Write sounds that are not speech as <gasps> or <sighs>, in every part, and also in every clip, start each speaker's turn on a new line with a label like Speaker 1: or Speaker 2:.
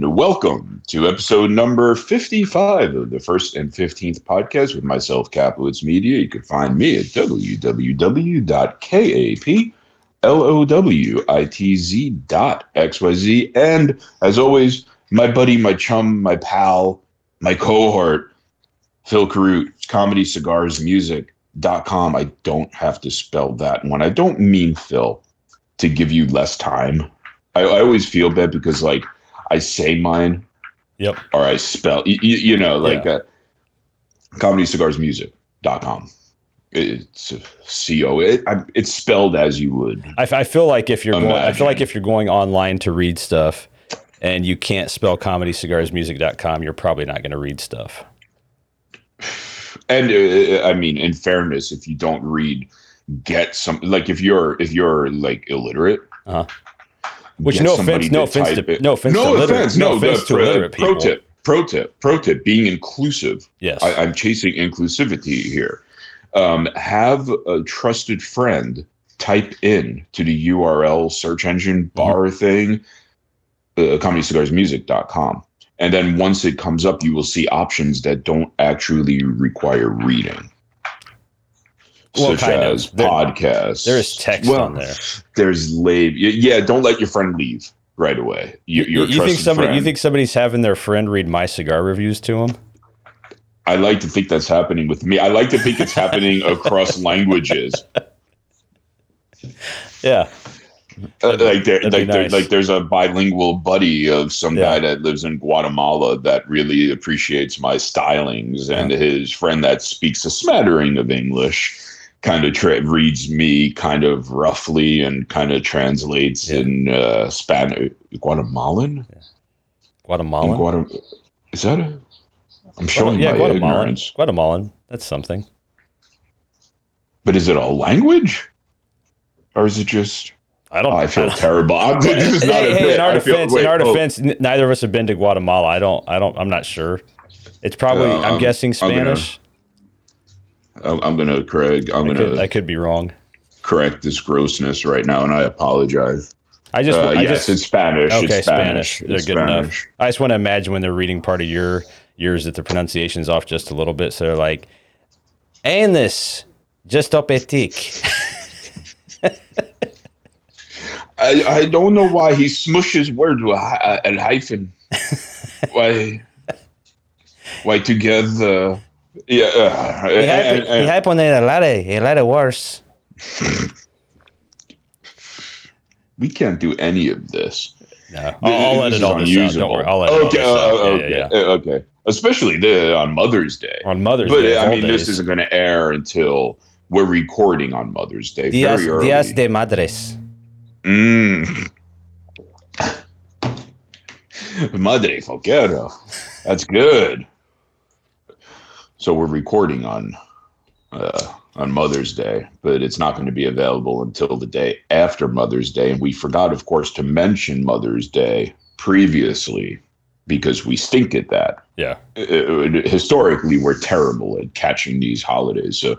Speaker 1: welcome to episode number 55 of the First and 15th podcast with myself, Kaplowitz Media. You can find me at www.kaplowitz.xyz. And as always, my buddy, my chum, my pal, my cohort, Phil Carut, comedy, cigars, music. Dot com. I don't have to spell that one. I don't mean Phil to give you less time. I, I always feel bad because like I say mine
Speaker 2: Yep.
Speaker 1: or I spell, you, you know, like uh, comedycigarsmusic.com. It's a C-O. It, I, it's spelled as you would.
Speaker 2: I, f- I feel like if you're going, I
Speaker 1: Imagine.
Speaker 2: feel like if you're going online to read stuff and you can't spell comedycigarsmusic.com, you're probably not going to read stuff.
Speaker 1: And uh, I mean, in fairness, if you don't read, get some, like if you're, if you're like illiterate,
Speaker 2: Uh-huh. Which
Speaker 1: get
Speaker 2: no
Speaker 1: somebody
Speaker 2: offense, no offense
Speaker 1: type
Speaker 2: to
Speaker 1: it.
Speaker 2: no offense to
Speaker 1: no
Speaker 2: illiterate,
Speaker 1: offense, no,
Speaker 2: offense
Speaker 1: the
Speaker 2: to
Speaker 1: pro- uh,
Speaker 2: illiterate people.
Speaker 1: pro tip, pro tip, pro tip, being inclusive.
Speaker 2: Yes.
Speaker 1: I, I'm chasing inclusivity here. Um, have a trusted friend type in to the URL search engine
Speaker 2: Mm-hmm.
Speaker 1: bar thing, uh, comedycigarsmusic.com. And then once it comes up, you will see options that don't actually require reading.
Speaker 2: Well,
Speaker 1: such
Speaker 2: kind of.
Speaker 1: as
Speaker 2: There-
Speaker 1: podcasts.
Speaker 2: there is text
Speaker 1: Well,
Speaker 2: on there.
Speaker 1: There's lab. y- Yeah, don't let your friend leave right away. You,
Speaker 2: You,
Speaker 1: you're
Speaker 2: you think somebody,
Speaker 1: somebody,
Speaker 2: you think somebody's having their friend read my cigar reviews to him?
Speaker 1: I like to think that's happening with me. I like to think it's
Speaker 2: <laughs>
Speaker 1: happening across languages.
Speaker 2: Yeah.
Speaker 1: Uh, like there,
Speaker 2: That'd be
Speaker 1: like, there-
Speaker 2: nice.
Speaker 1: like there's a bilingual buddy of some
Speaker 2: Yeah.
Speaker 1: guy that lives in Guatemala that really appreciates my stylings, and his friend that speaks a smattering of English kind of tra- reads me kind of roughly and kind of translates
Speaker 2: Yeah.
Speaker 1: in uh, Spanish. Guatemalan? In
Speaker 2: Guatemalan.
Speaker 1: Guatem- Is that a? I'm showing
Speaker 2: yeah,
Speaker 1: my
Speaker 2: Guatemalan.
Speaker 1: ignorance.
Speaker 2: Guatemalan. That's something.
Speaker 1: But is it a language, or is it just?
Speaker 2: I don't
Speaker 1: Oh, I feel terrible. I'm, <laughs> this is not
Speaker 2: hey,
Speaker 1: a
Speaker 2: hey,
Speaker 1: bit.
Speaker 2: in our
Speaker 1: I feel-
Speaker 2: defense,
Speaker 1: wait,
Speaker 2: in our
Speaker 1: oh.
Speaker 2: defense, n- neither of us have been to Guatemala. I don't, I don't, I'm not sure. It's probably,
Speaker 1: No,
Speaker 2: I'm,
Speaker 1: Uh, I'm-
Speaker 2: guessing
Speaker 1: I'm gonna-
Speaker 2: Spanish.
Speaker 1: I'm, I'm gonna, Craig. I'm
Speaker 2: i
Speaker 1: gonna
Speaker 2: could, I could be wrong.
Speaker 1: correct this grossness right now, and I apologize.
Speaker 2: I just,
Speaker 1: uh,
Speaker 2: I
Speaker 1: yes,
Speaker 2: just,
Speaker 1: it's Spanish.
Speaker 2: okay,
Speaker 1: it's Spanish.
Speaker 2: Spanish. They're
Speaker 1: It's
Speaker 2: good enough. I just want to imagine when they're reading part of your yours that the pronunciation's off just a little bit. So they're like, anus, just up etik.
Speaker 1: I, I don't know why he smushes words with hy- a
Speaker 2: <laughs>
Speaker 1: hyphen. why? Why together? Yeah. Uh,
Speaker 2: He
Speaker 1: and- and- and-
Speaker 2: hype on a lot of, a lot of worse.
Speaker 1: we can't do any of this.
Speaker 2: No, Oh, I'll, I'll
Speaker 1: This is
Speaker 2: edit all this out. Don't
Speaker 1: unusable.
Speaker 2: worry, I'll edit
Speaker 1: okay.
Speaker 2: all this out.
Speaker 1: uh,
Speaker 2: Yeah,
Speaker 1: okay.
Speaker 2: yeah, yeah.
Speaker 1: uh, Okay. Especially the, on Mother's Day.
Speaker 2: On Mother's
Speaker 1: But
Speaker 2: Day,
Speaker 1: I
Speaker 2: all
Speaker 1: mean, this
Speaker 2: days.
Speaker 1: isn't going to air until we're recording on Mother's Day.
Speaker 2: Dias,
Speaker 1: very early.
Speaker 2: Dias de Madres.
Speaker 1: Mm. <laughs> Madre Foguero. That's good. So we're recording on uh, on Mother's Day, but it's not going to be available until the day after Mother's Day. And we forgot, of course, to mention Mother's Day previously because we stink at that.
Speaker 2: Yeah.
Speaker 1: Uh, historically, we're terrible at catching these holidays. So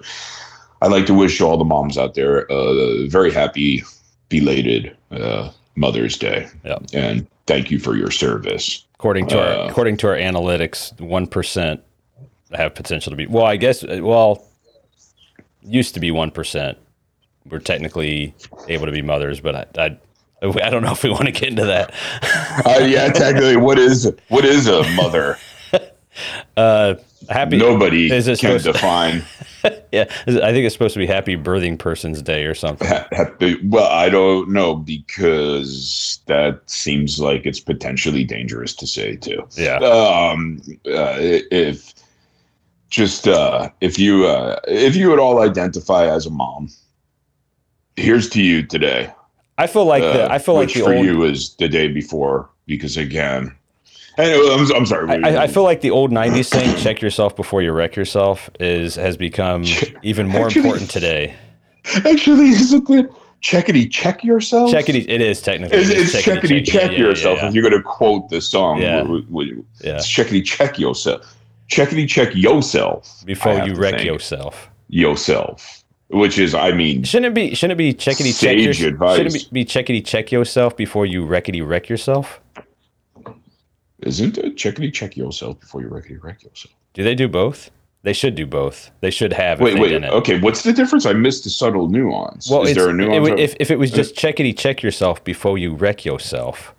Speaker 1: I'd like to wish all the moms out there a very happy belated uh, Mother's Day.
Speaker 2: Yeah.
Speaker 1: And thank you for your service.
Speaker 2: According to our
Speaker 1: Uh,
Speaker 2: according to our analytics, one percent have potential to be. Well, I guess. uh, Well, used to be one percent. We're technically able to be mothers, but I, I, I don't know if we want to get into that.
Speaker 1: Uh, yeah, technically, what is what is a mother?
Speaker 2: <laughs> Uh, <laughs> happy.
Speaker 1: Nobody
Speaker 2: Is it
Speaker 1: can
Speaker 2: supposed to-
Speaker 1: define.
Speaker 2: <laughs> Yeah, I think it's supposed to be Happy Birthing Person's Day
Speaker 1: <laughs>
Speaker 2: or something.
Speaker 1: ha- ha- well, I don't know because that seems like it's potentially dangerous to say too.
Speaker 2: Yeah.
Speaker 1: um, uh, if just uh, if you uh, if you at all identify as a mom, here's to you today.
Speaker 2: I feel like
Speaker 1: uh,
Speaker 2: the I feel like
Speaker 1: which
Speaker 2: the
Speaker 1: for
Speaker 2: old
Speaker 1: you is the day before because again, anyway, I'm, I'm sorry.
Speaker 2: I, I- I feel like the old '90s saying "check yourself before you wreck yourself" is
Speaker 1: <laughs>
Speaker 2: has become even more
Speaker 1: Actually-
Speaker 2: important today.
Speaker 1: <laughs> actually isn't it checkity check yourself?
Speaker 2: Checkity, it is technically.
Speaker 1: It's,
Speaker 2: It is
Speaker 1: it's checkity check
Speaker 2: Yeah, yeah,
Speaker 1: yourself.
Speaker 2: yeah,
Speaker 1: If you're gonna quote the song,
Speaker 2: Yeah.
Speaker 1: w- w-
Speaker 2: yeah.
Speaker 1: It's checkity check yourself. Checkity check yourself. I
Speaker 2: Before
Speaker 1: have
Speaker 2: you
Speaker 1: to
Speaker 2: wreck
Speaker 1: think.
Speaker 2: yourself,
Speaker 1: yourself, which is, I mean,
Speaker 2: shouldn't it be shouldn't it be checkity check
Speaker 1: Sage
Speaker 2: your,
Speaker 1: advice.
Speaker 2: shouldn't it be, be checkity check yourself before you wreckity wreck yourself.
Speaker 1: Isn't it checkity check yourself before you wreckity wreck yourself?
Speaker 2: Do they do both? They should do both. They should have. if
Speaker 1: Wait,
Speaker 2: they
Speaker 1: wait.
Speaker 2: didn't.
Speaker 1: Okay, what's the difference? I missed the subtle nuance.
Speaker 2: Well,
Speaker 1: Is
Speaker 2: it's-
Speaker 1: there a nuance?
Speaker 2: It, would-
Speaker 1: of-
Speaker 2: if, if it was just checkity check yourself before you wreck yourself,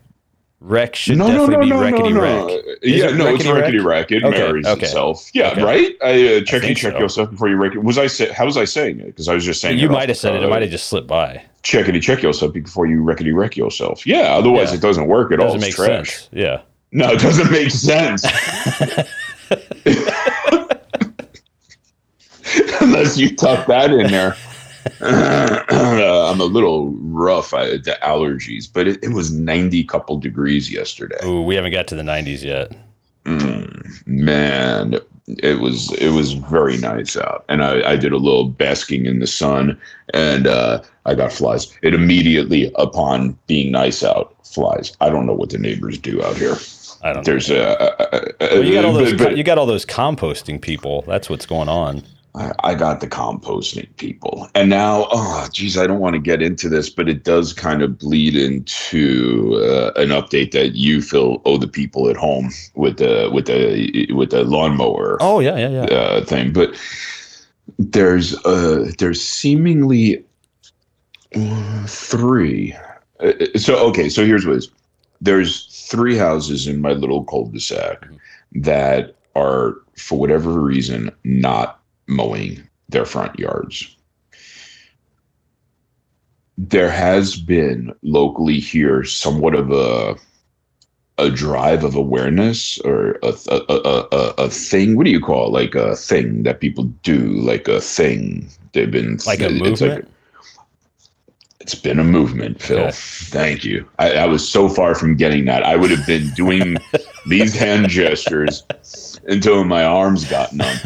Speaker 2: wreck should
Speaker 1: no, no,
Speaker 2: definitely
Speaker 1: no,
Speaker 2: be
Speaker 1: no,
Speaker 2: wreckity
Speaker 1: no,
Speaker 2: wreck.
Speaker 1: no. Yeah,
Speaker 2: it
Speaker 1: no, it's
Speaker 2: wreckety-wreck?
Speaker 1: wreckity wreck. It
Speaker 2: Okay,
Speaker 1: marries
Speaker 2: okay.
Speaker 1: itself. Yeah,
Speaker 2: Okay.
Speaker 1: right. I uh, checkity
Speaker 2: think
Speaker 1: check
Speaker 2: so.
Speaker 1: yourself before you wreck. it. Was I say, how was I saying it? Because I was just saying
Speaker 2: You
Speaker 1: off
Speaker 2: might have
Speaker 1: the
Speaker 2: said it. It
Speaker 1: cuff.
Speaker 2: might have just slipped by.
Speaker 1: checkity check yourself before you wreckity wreck yourself. Yeah, otherwise
Speaker 2: Yeah.
Speaker 1: it doesn't work at all.
Speaker 2: doesn't
Speaker 1: It's
Speaker 2: make
Speaker 1: trash.
Speaker 2: sense. Yeah.
Speaker 1: No, it doesn't make sense. <laughs> Unless you tuck that in there. <clears throat> Uh, I'm a little rough I, the allergies, but it, it was 90 couple degrees yesterday.
Speaker 2: Ooh, we haven't got to the 90s yet.
Speaker 1: Mm, man, it was it was very nice out, and I, I did a little basking in the sun, and uh, I got flies. It immediately upon being nice out, flies. I don't know what the neighbors do out here.
Speaker 2: I don't.
Speaker 1: There's a, a, a-
Speaker 2: Well, you got all those.
Speaker 1: but- but-
Speaker 2: you got all those composting people. That's what's going on.
Speaker 1: I I got the composting people. And now, oh, geez, I don't want to get into this, but it does kind of bleed into uh, an update that you, Phil, owe the people at home with the with the with the lawnmower
Speaker 2: Oh yeah, yeah, yeah.
Speaker 1: uh, thing. But there's uh, there's seemingly uh, three. Uh, so okay, so here's what it is. There's three houses in my little cul-de-sac that are, for whatever reason, not mowing their front yards. There has been locally here somewhat of a a drive of awareness or a, a, a, a, a thing what do you call it like a thing that people do like a thing they've been
Speaker 2: Like a
Speaker 1: it's
Speaker 2: movement.
Speaker 1: it's been a movement phil
Speaker 2: Okay.
Speaker 1: thank you I, I was so far from getting that i would have been doing these hand gestures until my arms got numb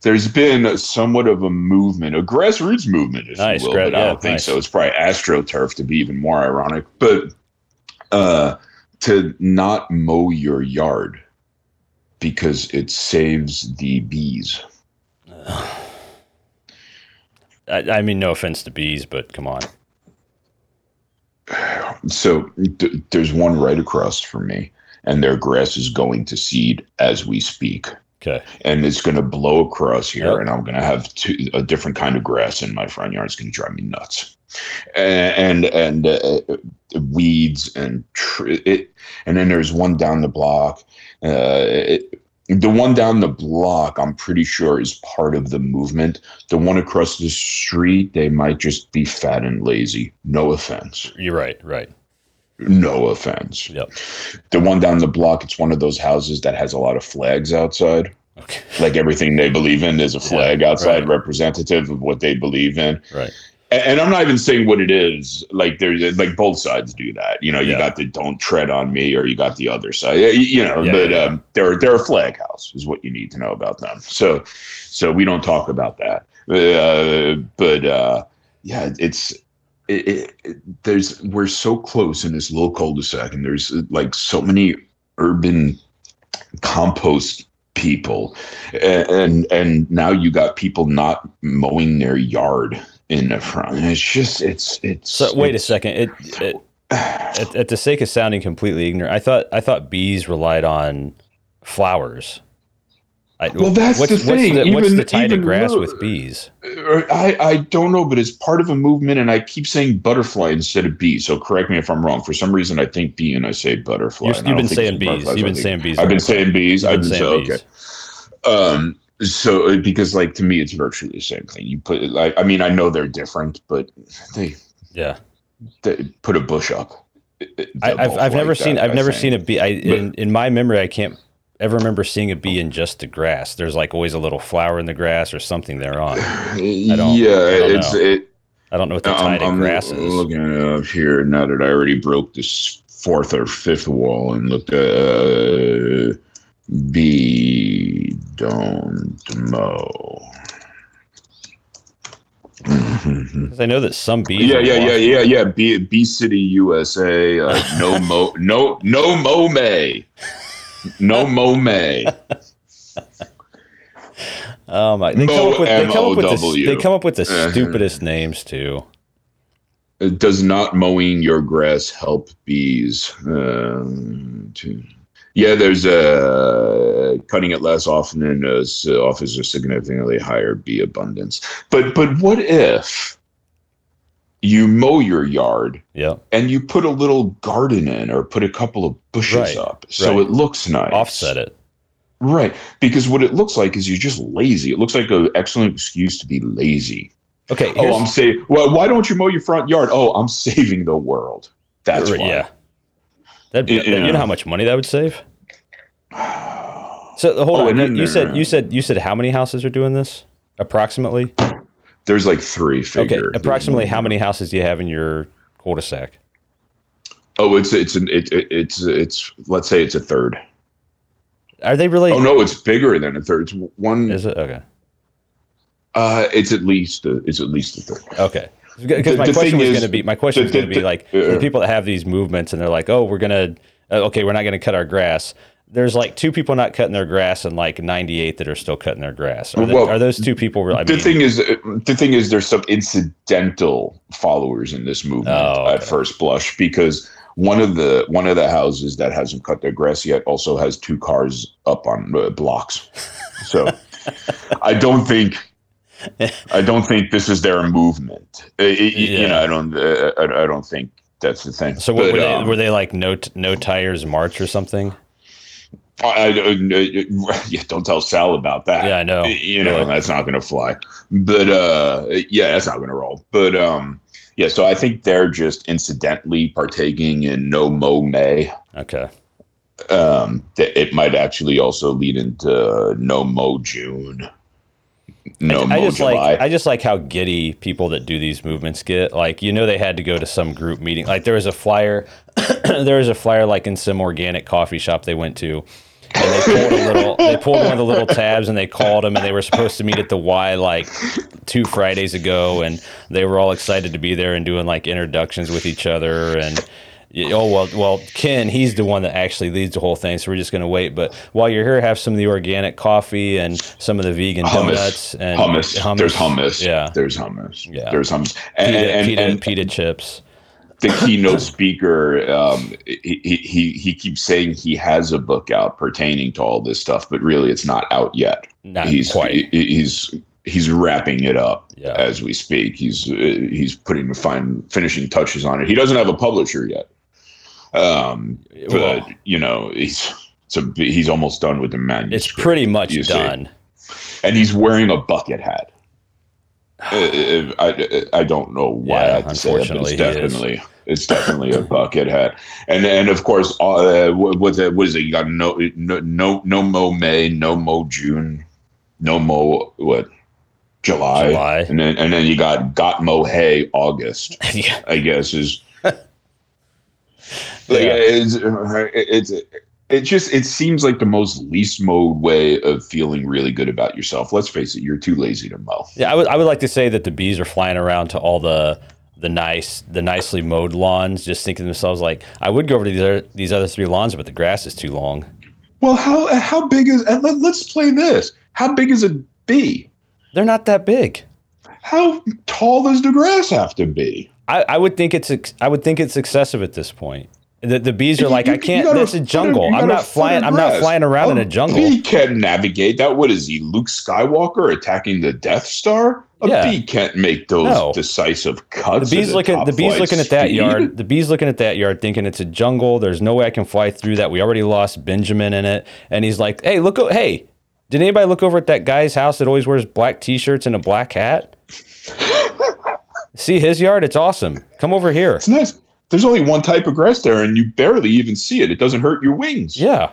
Speaker 1: there's been somewhat of a movement a grassroots movement if
Speaker 2: Nice,
Speaker 1: you will
Speaker 2: gra-
Speaker 1: but i
Speaker 2: yeah,
Speaker 1: don't think
Speaker 2: nice.
Speaker 1: so it's probably astroturf to be even more ironic but uh to not mow your yard because it saves the bees.
Speaker 2: I, I mean, no offense to bees, but come on.
Speaker 1: So th- there's one right across from me, and their grass is going to seed as we speak,
Speaker 2: Okay.
Speaker 1: and it's going to blow across here,
Speaker 2: Yep.
Speaker 1: and I'm going to have two, a different kind of grass in my front yard. It's going to drive me nuts, and and, and uh, weeds and tr- it, and then there's one down the block. Uh, it, the one down the block, I'm pretty sure, is part of the movement. The one across the street, they might just be fat and lazy. No offense.
Speaker 2: You're right. Right.
Speaker 1: No offense.
Speaker 2: Yep.
Speaker 1: The one down the block, it's one of those houses that has a lot of flags outside.
Speaker 2: Okay. <laughs>
Speaker 1: Like everything they believe in is a flag outside
Speaker 2: right.
Speaker 1: representative of what they believe in.
Speaker 2: Right.
Speaker 1: And, and I'm not even saying what it is. Like there's like both sides do that. You know, you
Speaker 2: Yeah.
Speaker 1: got the don't tread on me or you got the other side. You, you know,
Speaker 2: Yeah,
Speaker 1: but
Speaker 2: yeah, yeah.
Speaker 1: Um, they're they're a flag house is what you need to know about them. So so we don't talk about that. Uh, but uh, yeah, it's it, it, it- there's we're so close in this little cul-de-sac, and there's uh, like so many urban compost people, A- and and now you got people not mowing their yard in the front. It's just it's it's.
Speaker 2: So wait a second. It, it at, at the sake of sounding completely ignorant, I thought I thought bees relied on flowers. I,
Speaker 1: Well, that's
Speaker 2: what's,
Speaker 1: the thing.
Speaker 2: What's the, what's
Speaker 1: Even-
Speaker 2: the tie to
Speaker 1: even
Speaker 2: grass
Speaker 1: though-
Speaker 2: with bees?
Speaker 1: Or <sighs> I I don't know, but it's part of a movement, and I keep saying butterfly instead of bee. So correct me if I'm wrong. For some reason, I think bee, and I say butterfly.
Speaker 2: You're,
Speaker 1: and I don't
Speaker 2: you've been
Speaker 1: think
Speaker 2: saying
Speaker 1: it's
Speaker 2: bees.
Speaker 1: butterflies,
Speaker 2: You've
Speaker 1: I
Speaker 2: been
Speaker 1: think
Speaker 2: saying bees.
Speaker 1: I've been
Speaker 2: the
Speaker 1: saying bees. I've
Speaker 2: whole time. You've been
Speaker 1: been saying
Speaker 2: saying
Speaker 1: okay. Um, so uh, because like to me, it's virtually the same thing. You put like I mean, I know they're different, but they
Speaker 2: Yeah,
Speaker 1: they put a bush up. It- it-
Speaker 2: I,
Speaker 1: they're
Speaker 2: I've,
Speaker 1: both
Speaker 2: I've never
Speaker 1: like
Speaker 2: seen
Speaker 1: that,
Speaker 2: I've
Speaker 1: I
Speaker 2: never
Speaker 1: think.
Speaker 2: seen
Speaker 1: <sighs>
Speaker 2: a bee. I, in, in my memory, I can't ever remember seeing a bee in just the grass. There's like always a little flower in the grass or something thereon. I don't-
Speaker 1: yeah,
Speaker 2: I don't
Speaker 1: it's
Speaker 2: know.
Speaker 1: it.
Speaker 2: I don't know what the tie
Speaker 1: I'm,
Speaker 2: to
Speaker 1: I'm
Speaker 2: grass is.
Speaker 1: looking it up here now that I already broke this fourth or fifth wall and looked at uh, bee don't <laughs> mow.
Speaker 2: Because I know that some bees.
Speaker 1: Yeah,
Speaker 2: will
Speaker 1: yeah,
Speaker 2: walk-
Speaker 1: yeah, yeah, yeah. B, B City, USA. Uh,
Speaker 2: <laughs>
Speaker 1: no mo, no, no mo may, no mo may.
Speaker 2: Oh my! They come up with they come up with the,
Speaker 1: M-O-W.
Speaker 2: they come up with the
Speaker 1: Uh-huh.
Speaker 2: stupidest names too.
Speaker 1: Does not mowing your grass help bees? Um, to, Yeah, there's uh, cutting it less often and uh, s- offers a significantly higher bee abundance. But but what if you mow your yard
Speaker 2: Yeah.
Speaker 1: and you put a little garden in or put a couple of bushes
Speaker 2: Right,
Speaker 1: up so
Speaker 2: right.
Speaker 1: it looks nice?
Speaker 2: Offset it.
Speaker 1: Right. Because what it looks like is you're just lazy. It looks like an excellent excuse to be lazy.
Speaker 2: Okay. here's-
Speaker 1: Oh, I'm saving. Well, why don't you mow your front yard? Oh, I'm saving the world. That's why.
Speaker 2: yeah. That'd be,
Speaker 1: Y- yeah.
Speaker 2: You know how much money that would save?
Speaker 1: Yeah.
Speaker 2: So the hold
Speaker 1: Oh,
Speaker 2: on.
Speaker 1: and
Speaker 2: you-
Speaker 1: then
Speaker 2: you
Speaker 1: there-
Speaker 2: said you said you said how many houses are doing this approximately?
Speaker 1: <sighs> There's like three
Speaker 2: Okay,
Speaker 1: figures.
Speaker 2: approximately how many houses do you have in your cul-de-sac?
Speaker 1: Oh, it's it's an it, it, it's it's let's say it's a third.
Speaker 2: Are they really?
Speaker 1: Oh no, it's bigger than a third. It's one.
Speaker 2: Is it okay?
Speaker 1: Uh, it's at least a, it's at least a third.
Speaker 2: Okay. Because
Speaker 1: The-
Speaker 2: my
Speaker 1: the
Speaker 2: question
Speaker 1: thing
Speaker 2: was
Speaker 1: is-
Speaker 2: going to be my question
Speaker 1: the-
Speaker 2: was going to
Speaker 1: the-
Speaker 2: be
Speaker 1: the- uh,
Speaker 2: like
Speaker 1: yeah.
Speaker 2: the people that have these movements and they're like, oh, we're gonna uh, okay, we're not going to cut our grass. There's like two people not cutting their grass and like 98 that are still cutting their grass. Are, the-
Speaker 1: Well,
Speaker 2: are those two people? re- I
Speaker 1: The
Speaker 2: mean,
Speaker 1: thing is, uh, the thing is, there's some incidental followers in this movement
Speaker 2: Oh,
Speaker 1: at
Speaker 2: okay.
Speaker 1: first blush because one of the one of the houses that hasn't cut their grass yet also has two cars up on uh, blocks.
Speaker 2: <laughs>
Speaker 1: So I don't think I don't think this is their movement. Uh, y- y- You
Speaker 2: Yeah.
Speaker 1: know, I don't uh, I, I don't think that's the thing.
Speaker 2: so what,
Speaker 1: But,
Speaker 2: were, they,
Speaker 1: um,
Speaker 2: were they like no t- no tires march or something?
Speaker 1: I, I, I- yeah, don't tell Sal about that.
Speaker 2: Yeah, I know.
Speaker 1: you know
Speaker 2: Oh, really.
Speaker 1: that's not going to fly. But uh, yeah, that's not going to roll. But um, yeah, so I think they're just incidentally partaking in no mo may.
Speaker 2: Okay.
Speaker 1: Um, th- it might actually also lead into no mo June, no
Speaker 2: I, I
Speaker 1: mo
Speaker 2: just
Speaker 1: July.
Speaker 2: like I just like how giddy people that do these movements get. Like you know they had to go to some group meeting. Like there was a flyer, <coughs> there was a flyer like in some organic coffee shop they went to, and they pulled a little. They pulled one of the little tabs and they called them and they were supposed to meet at the Y like two Fridays ago and they were all excited to be there and doing like introductions with each other and. y- Oh well, well, Ken, he's the one that actually leads the whole thing, so we're just going to wait. But while you're here, have some of the organic coffee and some of the vegan
Speaker 1: Hummus.
Speaker 2: donuts and
Speaker 1: hummus. There's hummus.
Speaker 2: yeah,
Speaker 1: There's hummus.
Speaker 2: Yeah.
Speaker 1: There's hummus. And,
Speaker 2: pita,
Speaker 1: and,
Speaker 2: pita,
Speaker 1: and,
Speaker 2: pita chips.
Speaker 1: the
Speaker 2: <laughs>
Speaker 1: keynote speaker um, he, he he keeps saying he has a book out pertaining to all this stuff but really it's not out yet
Speaker 2: Not
Speaker 1: he's
Speaker 2: quite.
Speaker 1: he- he's he's wrapping it up
Speaker 2: Yeah.
Speaker 1: as we speak he's uh, he's putting the fine finishing touches on it he doesn't have a publisher yet um but
Speaker 2: Well,
Speaker 1: you know he's so he's almost done with the
Speaker 2: it's
Speaker 1: manuscript
Speaker 2: pretty much
Speaker 1: you see.
Speaker 2: done.
Speaker 1: and he's wearing a bucket
Speaker 2: <sighs>
Speaker 1: hat Uh, I, I don't know why
Speaker 2: Yeah,
Speaker 1: I'd say that, but
Speaker 2: unfortunately,
Speaker 1: it's
Speaker 2: he is.
Speaker 1: definitely
Speaker 2: <laughs>
Speaker 1: it's definitely a bucket hat, and and of course, uh, what, what's it? What is it? You got no no no no mo May, no mo June, no mo what July,
Speaker 2: July. <laughs>
Speaker 1: and then and then you got got mo hay August.
Speaker 2: yeah,
Speaker 1: I guess
Speaker 2: <laughs>
Speaker 1: is
Speaker 2: Yeah.
Speaker 1: like it's, it's it just it seems like the most least mode way of feeling really good about yourself. Let's face it, you're too lazy to mow.
Speaker 2: yeah. I would I would like to say that the bees are flying around to all the the nice the nicely mowed lawns, just thinking to themselves like, I would go over to these other, these other three lawns, but the grass is too long.
Speaker 1: Well, how how big is and let, let's play this. How big is a bee?
Speaker 2: They're not that big.
Speaker 1: How tall does the grass have to be?
Speaker 2: I, I would think it's ex- I would think it's excessive at this point. The, the bees are
Speaker 1: You-
Speaker 2: like,
Speaker 1: you-
Speaker 2: I
Speaker 1: you
Speaker 2: can't.
Speaker 1: gotta
Speaker 2: That's a
Speaker 1: foot it-
Speaker 2: jungle.
Speaker 1: you
Speaker 2: I'm
Speaker 1: gotta
Speaker 2: not
Speaker 1: foot
Speaker 2: flying.
Speaker 1: it
Speaker 2: I'm not
Speaker 1: grass. Oh,
Speaker 2: flying around in a jungle.
Speaker 1: bee can navigate that. What is he, Luke Skywalker attacking the Death Star? A
Speaker 2: Yeah.
Speaker 1: bee can't make those
Speaker 2: No.
Speaker 1: decisive cuts.
Speaker 2: The bees
Speaker 1: at
Speaker 2: looking.
Speaker 1: top
Speaker 2: The bees
Speaker 1: flight
Speaker 2: looking at that
Speaker 1: speed. <laughs>
Speaker 2: yard. The bees looking at that yard, thinking it's a jungle. There's no way I can fly through that. We already lost Benjamin in it, and he's like, "Hey, look! o- Hey, did anybody look over at that guy's house that always wears black t-shirts and a black hat? See his yard? It's awesome. Come over here.
Speaker 1: It's nice. There's only one type of grass there, and you barely even see it. It doesn't hurt your wings.
Speaker 2: Yeah,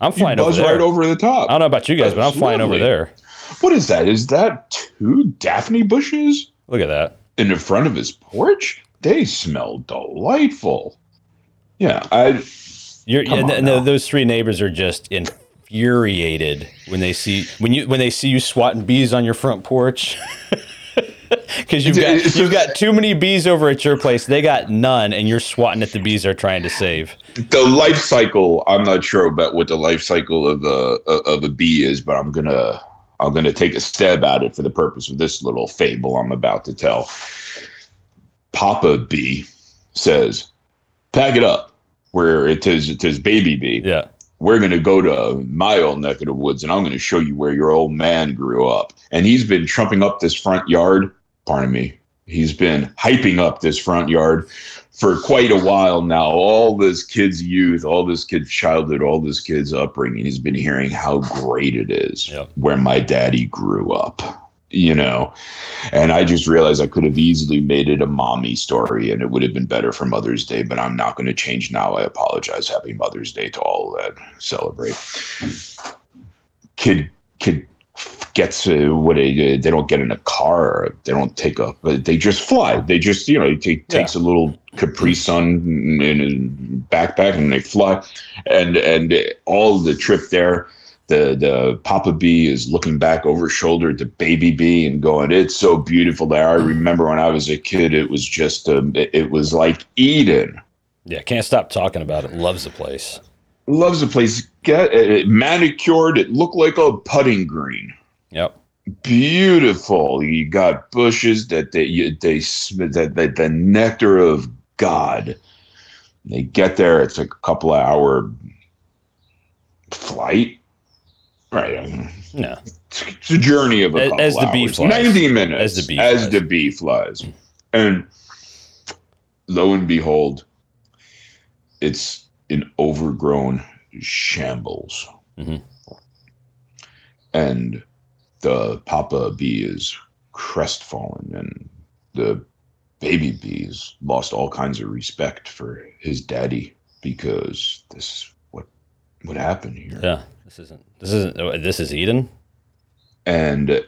Speaker 2: I'm
Speaker 1: you
Speaker 2: flying over
Speaker 1: buzz
Speaker 2: there. Uh,
Speaker 1: right over the top.
Speaker 2: I don't know about you guys, but I'm flying over
Speaker 1: Absolutely.
Speaker 2: there.
Speaker 1: What is that? Is that two Daphne bushes
Speaker 2: Look at that.
Speaker 1: in the front of his porch? They smell delightful. Yeah, I
Speaker 2: You're,
Speaker 1: Come
Speaker 2: and
Speaker 1: on
Speaker 2: th- no,
Speaker 1: now.
Speaker 2: those three neighbors are just infuriated when they see when you when they see you swatting bees on your front porch. <laughs> Because you've
Speaker 1: It's-
Speaker 2: got
Speaker 1: it's
Speaker 2: you've
Speaker 1: just-
Speaker 2: got too many bees over at your place, they got none, and you're swatting at the bees they're trying to save.
Speaker 1: the life cycle. I'm not sure about what the life cycle of a of a bee is, but I'm gonna I'm gonna take a stab at it for the purpose of this little fable I'm about to tell. Papa Bee says, "Pack it up." Where it is, it is baby bee.
Speaker 2: Yeah,
Speaker 1: we're going to go to my old neck of the woods and I'm going to show you where your old man grew up. And he's been trumping up this front yard. Pardon me. He's been hyping up this front yard for quite a while now. All this kid's youth, all this kid's childhood, all this kid's upbringing, he's been hearing how great it is
Speaker 2: Yep.
Speaker 1: where my daddy grew up, you know. And I just realized I could have easily made it a mommy story and it would have been better for Mother's Day, but I'm not going to change now. I apologize. Happy Mother's Day to all that celebrate. Kid, kid gets uh, what a, they don't get in a car they don't take a but they just fly they just you know he ta- takes a little capri sun in his backpack and they fly and and all the trip there the the papa bee is looking back over his shoulder at the baby bee and going it's so beautiful there i remember when i was a kid it was just um, it, it was like eden
Speaker 2: Yeah, can't stop talking about it. Loves the place.
Speaker 1: loves the place get it manicured it looked like a putting green
Speaker 2: Yep.
Speaker 1: beautiful. You got bushes that they you, they sm- that, that the nectar of God. They get there. It's a couple of hour flight, right? I mean,
Speaker 2: No.
Speaker 1: It's, it's a journey of a
Speaker 2: As-
Speaker 1: couple
Speaker 2: as the bee
Speaker 1: hours.
Speaker 2: flies.
Speaker 1: ninety minutes
Speaker 2: As the bee
Speaker 1: as
Speaker 2: flies.
Speaker 1: the bee flies, and lo and behold, it's an overgrown shambles,
Speaker 2: Mhm.
Speaker 1: and the papa bee is crestfallen, and the baby bees lost all kinds of respect for his daddy because this what what happened here
Speaker 2: Yeah. This isn't. This isn't. oh, This is Eden.
Speaker 1: and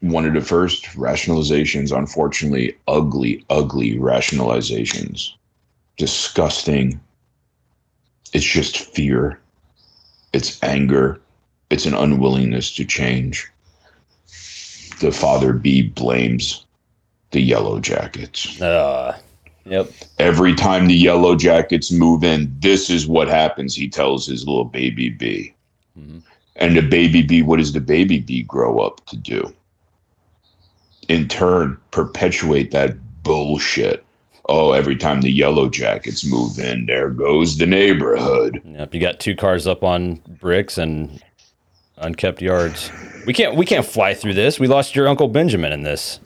Speaker 1: one of the first rationalizations unfortunately ugly ugly rationalizations disgusting it's just fear it's anger it's an unwillingness to change the father bee blames the yellow jackets
Speaker 2: Uh, yep.
Speaker 1: Every time the Yellow Jackets move in, this is what happens, he tells his little baby bee.
Speaker 2: Mhm.
Speaker 1: And the baby bee, what does the baby bee grow up to do? In turn, perpetuate that bullshit. Oh, every time the Yellow Jackets move in, there goes the neighborhood. <laughs>
Speaker 2: Yep. You got two cars up on bricks and unkept yards. We can't. We can't fly through this. We lost your uncle Benjamin in this.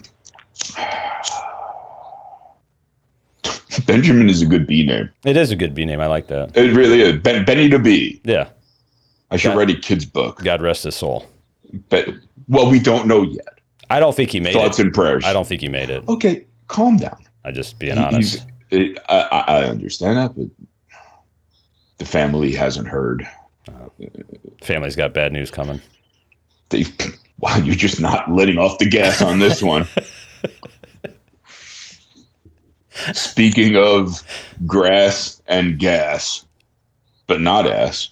Speaker 1: Benjamin is a good bee name.
Speaker 2: It is a good B name. I like that.
Speaker 1: It really is. Ben, Benny the Bee.
Speaker 2: Yeah.
Speaker 1: I should
Speaker 2: Got-
Speaker 1: write a kid's book.
Speaker 2: God rest his soul.
Speaker 1: But, well, we don't know yet.
Speaker 2: I don't think he made
Speaker 1: Thoughts
Speaker 2: it.
Speaker 1: and prayers.
Speaker 2: I don't think he made it.
Speaker 1: Okay, calm down.
Speaker 2: I just being
Speaker 1: You- you-
Speaker 2: honest.
Speaker 1: It, I, I I understand that, but the family hasn't heard.
Speaker 2: Family's got bad news coming.
Speaker 1: They, <laughs> wow, you're just not letting off the gas on this one. Speaking of grass and gas, but not ass.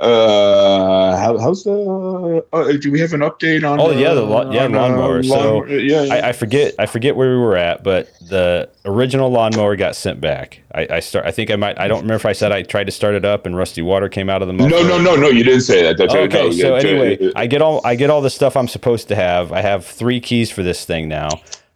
Speaker 1: Uh, how, how's the? Uh, do we have an update on?
Speaker 2: Oh, yeah, the
Speaker 1: uh,
Speaker 2: lawn- yeah,
Speaker 1: on, uh,
Speaker 2: lawnmower. So,
Speaker 1: lawnmower? yeah, yeah.
Speaker 2: I, I forget I forget where we were at, but the original lawnmower got sent back. I, I start I think I might I don't remember if I said I tried to start it up and rusty water came out of the motor.
Speaker 1: no, no, no, no. You didn't say that. That's
Speaker 2: Okay,
Speaker 1: no,
Speaker 2: so
Speaker 1: yeah,
Speaker 2: anyway, I get all I get all the stuff I'm supposed to have. I have three keys for this thing now.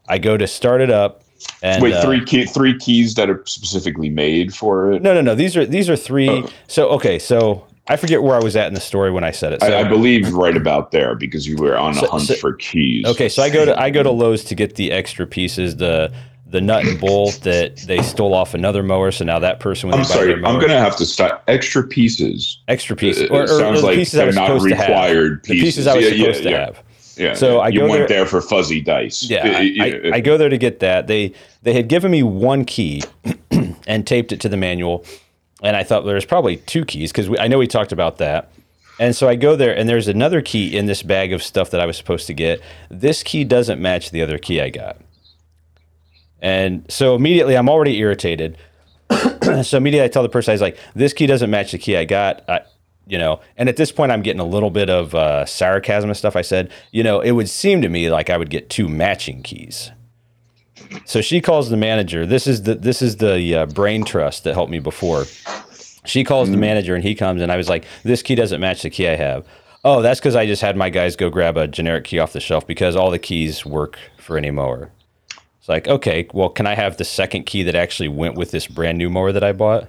Speaker 2: I go to start it up and
Speaker 1: Wait,
Speaker 2: uh,
Speaker 1: three key, three keys that are specifically made for it.
Speaker 2: No, no, no. These are these are three.
Speaker 1: Oh.
Speaker 2: So okay, so I forget where I was at in the story when I said it. So,
Speaker 1: I, I believe right about there because you were on a
Speaker 2: So-
Speaker 1: hunt
Speaker 2: so-
Speaker 1: for keys.
Speaker 2: Okay, so I go to I go to Lowe's to get the extra pieces, the the nut and bolt that they stole off another mower. So now that person was
Speaker 1: I'm
Speaker 2: buy
Speaker 1: sorry.
Speaker 2: their
Speaker 1: I'm
Speaker 2: mower.
Speaker 1: gonna have to stop. Extra pieces.
Speaker 2: extra
Speaker 1: It,
Speaker 2: pieces,
Speaker 1: it
Speaker 2: or, or, or
Speaker 1: sounds
Speaker 2: the
Speaker 1: like
Speaker 2: pieces I
Speaker 1: they're
Speaker 2: was
Speaker 1: not
Speaker 2: supposed to have.
Speaker 1: required
Speaker 2: The
Speaker 1: pieces.
Speaker 2: pieces I was
Speaker 1: Yeah, yeah,
Speaker 2: supposed to
Speaker 1: yeah,
Speaker 2: have.
Speaker 1: yeah.
Speaker 2: So I
Speaker 1: you
Speaker 2: go
Speaker 1: went
Speaker 2: there-
Speaker 1: there for fuzzy dice.
Speaker 2: Yeah,
Speaker 1: Uh,
Speaker 2: I,
Speaker 1: uh,
Speaker 2: I, I go there to get that. They they had given me one key <clears throat> and taped it to the manual, and I thought there's probably two keys because I know we talked about that. And so I go there, and there's another key in this bag of stuff that I was supposed to get. This key doesn't match the other key I got, and so immediately I'm already irritated. <clears throat> so immediately I tell the person I was like, "This key doesn't match the key I got." I, you know, and at this point I'm getting a little bit of uh, sarcasm and stuff. I said, "You know, it would seem to me like I would get two matching keys." So she calls the manager. This is the this is the uh, brain trust that helped me before. She calls the manager and he comes and I was like, "This key doesn't match the key I have." Oh, that's because I just had my guys go grab a generic key off the shelf because all the keys work for any mower. It's like, okay, well, can I have the second key that actually went with this brand new mower that I bought?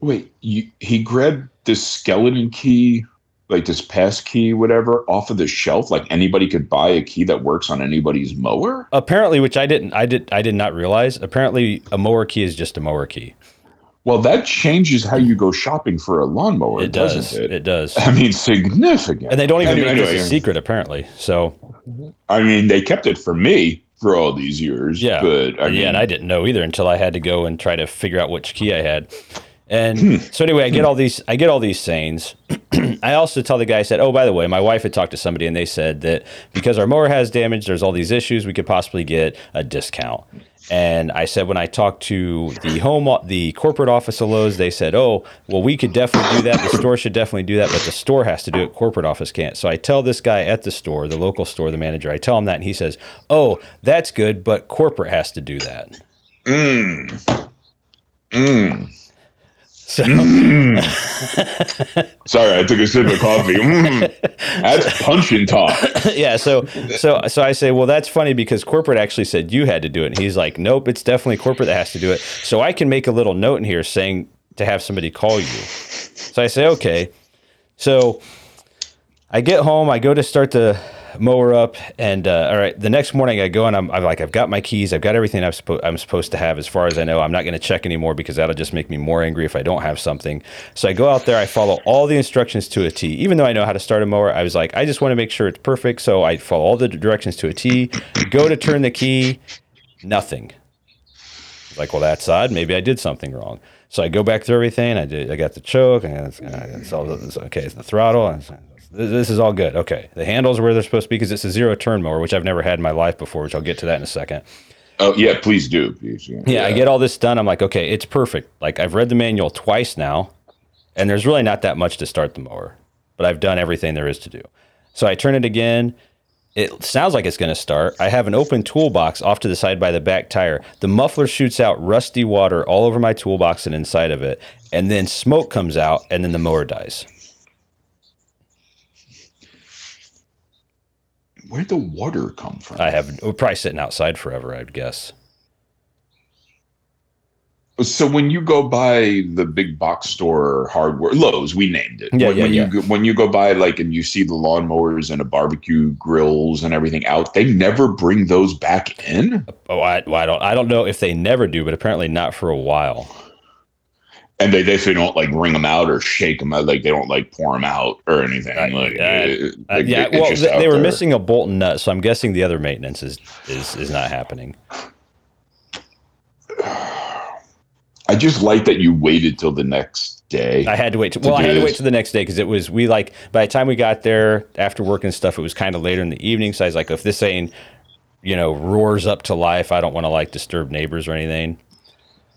Speaker 1: Wait, you, he grabbed this skeleton key, like this pass key, whatever, off of the shelf. Like anybody could buy a key that works on anybody's mower.
Speaker 2: Apparently, which I didn't, I did, I did not realize. Apparently, a mower key is just a mower key.
Speaker 1: Well, that changes how you go shopping for a lawnmower,
Speaker 2: It
Speaker 1: doesn't
Speaker 2: does.
Speaker 1: it?
Speaker 2: It, does.
Speaker 1: I mean, significant.
Speaker 2: And they don't even
Speaker 1: Anyway,
Speaker 2: make
Speaker 1: anyway.
Speaker 2: this a secret, apparently. So
Speaker 1: I mean, they kept it for me for all these years.
Speaker 2: Yeah.
Speaker 1: but I mean,
Speaker 2: yeah, and I didn't know either until I had to go and try to figure out which key I had. And
Speaker 1: Hmm.
Speaker 2: so anyway, I get all these I get all these sayings. <clears throat> I also tell the guy I said, "Oh, by the way, my wife had talked to somebody and they said that because our mower has damage, there's all these issues, we could possibly get a discount." And I said when I talked to the home o- the corporate office of Lowe's, they said, "Oh, well we could definitely do that. The store should definitely do that, but the store has to do it, corporate office can't." So I tell this guy at the store, the local store, the manager, I tell him that and he says, "Oh, that's good, but corporate has to do that." <laughs>
Speaker 1: mm, mm.
Speaker 2: So <laughs> Mm.
Speaker 1: <laughs> Sorry, I took a sip of coffee.
Speaker 2: <laughs>
Speaker 1: Mm, that's punching talk.
Speaker 2: yeah, so so so I say, well, that's funny because corporate actually said you had to do it, and he's like, nope, it's definitely corporate that has to do it. So I can make a little note in here saying to have somebody call you. So I say, okay. So I get home, I go to start the mower up, and uh, all right, the next morning I go and I'm, I'm like, I've got my keys, I've got everything I'm, suppo- I'm supposed to have as far as I know. I'm not going to check anymore because that'll just make me more angry if I don't have something. So I go out there, I follow all the instructions to a T. Even though I know how to start a mower, I was like, I just want to make sure it's perfect. So I follow all the directions to a T, go to turn the key, nothing. Like, well, that's odd. Maybe I did something wrong. So I go back through everything. I did. I got the choke. And it's, and it's all, it's- okay, it's the throttle. and it's- this, this is all good. Okay, the handles where they're supposed to be because it's a zero turn mower, which I've never had in my life before. Which I'll get to that in a second.
Speaker 1: Oh yeah, please do. Please, yeah.
Speaker 2: Yeah, I get all this done. I'm like, okay, it's perfect. Like I've read the manual twice now, and there's really not that much to start the mower, but I've done everything there is to do. So I turn it again. It sounds like it's going to start. I have an open toolbox off to the side by the back tire. The muffler shoots out rusty water all over my toolbox and inside of it, and then smoke comes out, and then the mower dies.
Speaker 1: Where'd the water come from?
Speaker 2: I have we're probably sitting outside forever, I would guess.
Speaker 1: So when you go by the big box store hardware Lowe's, we named it.
Speaker 2: Yeah,
Speaker 1: when,
Speaker 2: yeah,
Speaker 1: when
Speaker 2: yeah.
Speaker 1: You go, when you go by like and you see the lawnmowers and the barbecue grills and everything out, they never bring those back in.
Speaker 2: Oh, I, well, I don't. I don't know if they never do, but apparently not for a while.
Speaker 1: And they definitely don't like wring them out or shake them out. Like they don't like pour them out or anything.
Speaker 2: I-
Speaker 1: like,
Speaker 2: I-
Speaker 1: it-
Speaker 2: Uh,
Speaker 1: like,
Speaker 2: yeah,
Speaker 1: it- it's
Speaker 2: well,
Speaker 1: just
Speaker 2: they,
Speaker 1: out
Speaker 2: they were
Speaker 1: there.
Speaker 2: missing a bolt and nut, so I'm guessing the other maintenance is is, is not happening.
Speaker 1: I just like that you waited till the next day.
Speaker 2: I had to wait. To, well, I
Speaker 1: do
Speaker 2: had to wait
Speaker 1: this.
Speaker 2: till the next day because it was we like by the time we got there after work and stuff, it was kind of later in the evening. So I was like, if this ain't you know roars up to life, I don't want to like disturb neighbors or anything.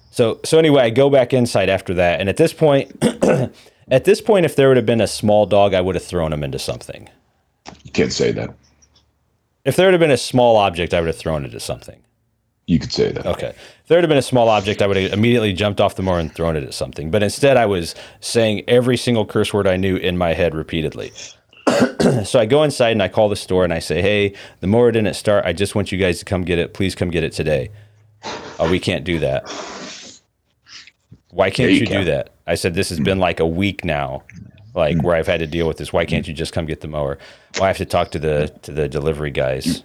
Speaker 2: So so anyway, I go back inside after that, and at this point, <clears throat> at this point, if there would have been a small dog, I would have thrown him into something.
Speaker 1: you can't say that.
Speaker 2: If there would have been a small object, I would have thrown it at something.
Speaker 1: You could say that.
Speaker 2: Okay. If there had been a small object, I would have immediately jumped off the mower and thrown it at something. But instead, I was saying every single curse word I knew in my head repeatedly. <clears throat> so I go inside and I call the store and I say, hey, the mower didn't start. I just want you guys to come get it. Please come get it today. Oh, we can't do that. Why can't
Speaker 1: Yeah,
Speaker 2: you,
Speaker 1: you
Speaker 2: do
Speaker 1: can.
Speaker 2: that? I said, this has been like a week now, like where I've had to deal with this. Why can't you just come get the mower? Well, I have to talk to the to the delivery guys.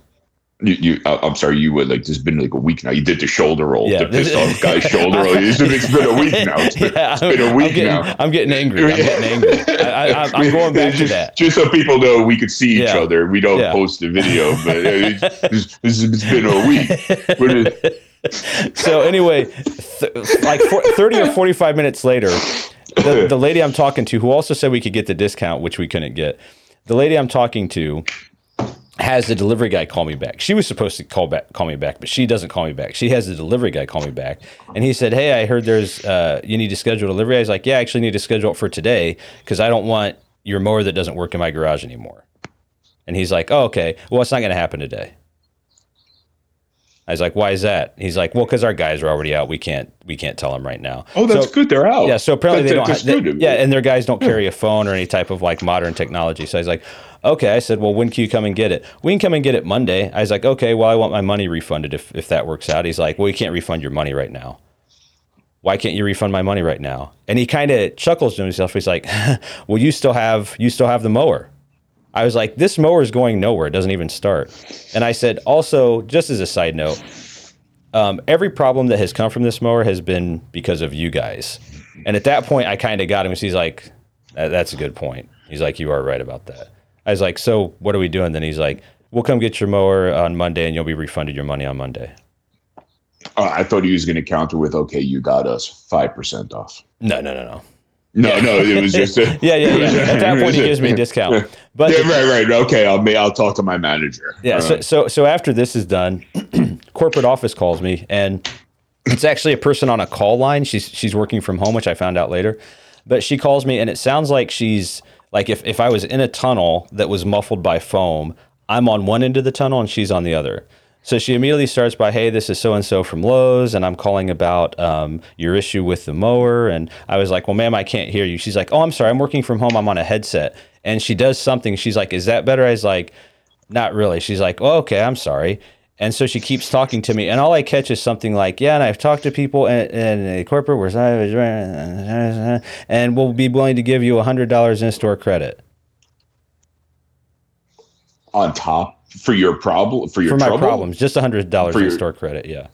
Speaker 1: You, you, I- I'm sorry, you would like, it's been like a week now. You did the shoulder roll,
Speaker 2: Yeah. <laughs>
Speaker 1: the pissed off guy's shoulder roll. It's been, it's been a week now. It's been,
Speaker 2: Yeah,
Speaker 1: been a
Speaker 2: I'm-
Speaker 1: week
Speaker 2: I'm getting,
Speaker 1: now.
Speaker 2: I'm getting
Speaker 1: <laughs>
Speaker 2: angry. I'm getting angry. I, I, I'm, I'm going back to
Speaker 1: just,
Speaker 2: that.
Speaker 1: Just so people know, we could see each
Speaker 2: Yeah.
Speaker 1: other. We don't
Speaker 2: Yeah.
Speaker 1: post the video, but it, it's, it's, it's been a
Speaker 2: <laughs>
Speaker 1: week. But it-
Speaker 2: So anyway, th- like for, 30 or 45 minutes later,
Speaker 1: <laughs>
Speaker 2: the, the lady I'm talking to, who also said we could get the discount, which we couldn't get, the lady I'm talking to has the delivery guy call me back. She was supposed to call back, call me back, but she doesn't call me back. She has the delivery guy call me back, and he said, "Hey, I heard there's uh, you need to schedule delivery." I was like, "Yeah, I actually need to schedule it for today because I don't want your mower that doesn't work in my garage anymore." And he's like, "Oh, okay. Well, it's not going to happen today." I was like, "Why is that?" He's like, "Well, because our guys are already out. We can't we can't tell them right now."
Speaker 1: oh, that's
Speaker 2: So-
Speaker 1: good. They're out.
Speaker 2: yeah, so apparently
Speaker 1: That-
Speaker 2: they
Speaker 1: that-
Speaker 2: don't.
Speaker 1: that's
Speaker 2: Have, they-
Speaker 1: good.
Speaker 2: yeah, and their guys don't carry a phone or any type of like modern technology. So I was like, okay. I said, well, when can you come and get it? We can come and get it Monday. I was like, okay. Well, I want my money refunded if if that works out. He's like, well, you can't refund your money right now. why can't you refund my money right now? And he kind of chuckles to himself. He's like, <laughs> well, you still have you still have the mower. I was like, this mower is going nowhere. It doesn't even start. And I said, also, just as a side note, um, every problem that has come from this mower has been because of you guys. And at that point, I kind of got him. 'cause He's like, "That- that's a good point. He's like, you are right about that. I was like, so what are we doing then? He's like, we'll come get your mower on Monday and you'll be refunded your money on Monday.
Speaker 1: Uh, I thought he was going to counter with, "Okay, you got us five percent off."
Speaker 2: No, no, no, no.
Speaker 1: No, no, it was just a,
Speaker 2: Yeah, yeah, yeah. At that point, he gives me a discount. <laughs> But
Speaker 1: yeah,
Speaker 2: the-
Speaker 1: right, right. Okay, I'll may I'll talk to my manager.
Speaker 2: Yeah.
Speaker 1: Uh,
Speaker 2: So, so so after this is done, <clears throat> corporate office calls me, and it's actually a person on a call line. She's she's working from home, which I found out later. But she calls me, and it sounds like she's like if if I was in a tunnel that was muffled by foam, I'm on one end of the tunnel and she's on the other. So she immediately starts by, "Hey, this is so and so from Lowe's, and I'm calling about um, your issue with the mower." And I was like, "Well, ma'am, I can't hear you." She's like, "Oh, I'm sorry, I'm working from home. I'm on a headset." And she does something. She's like, "Is that better?" I was like, not really. She's like, oh, okay, I'm sorry. And so she keeps talking to me, and all I catch is something like, yeah, and I've talked to people and, and uh, corporate, we're sorry, and we'll be willing to give you $100 in store credit
Speaker 1: on top for your problem for your
Speaker 2: for my
Speaker 1: trouble?
Speaker 2: problems, just $100
Speaker 1: For
Speaker 2: in
Speaker 1: your-
Speaker 2: store credit. Yeah.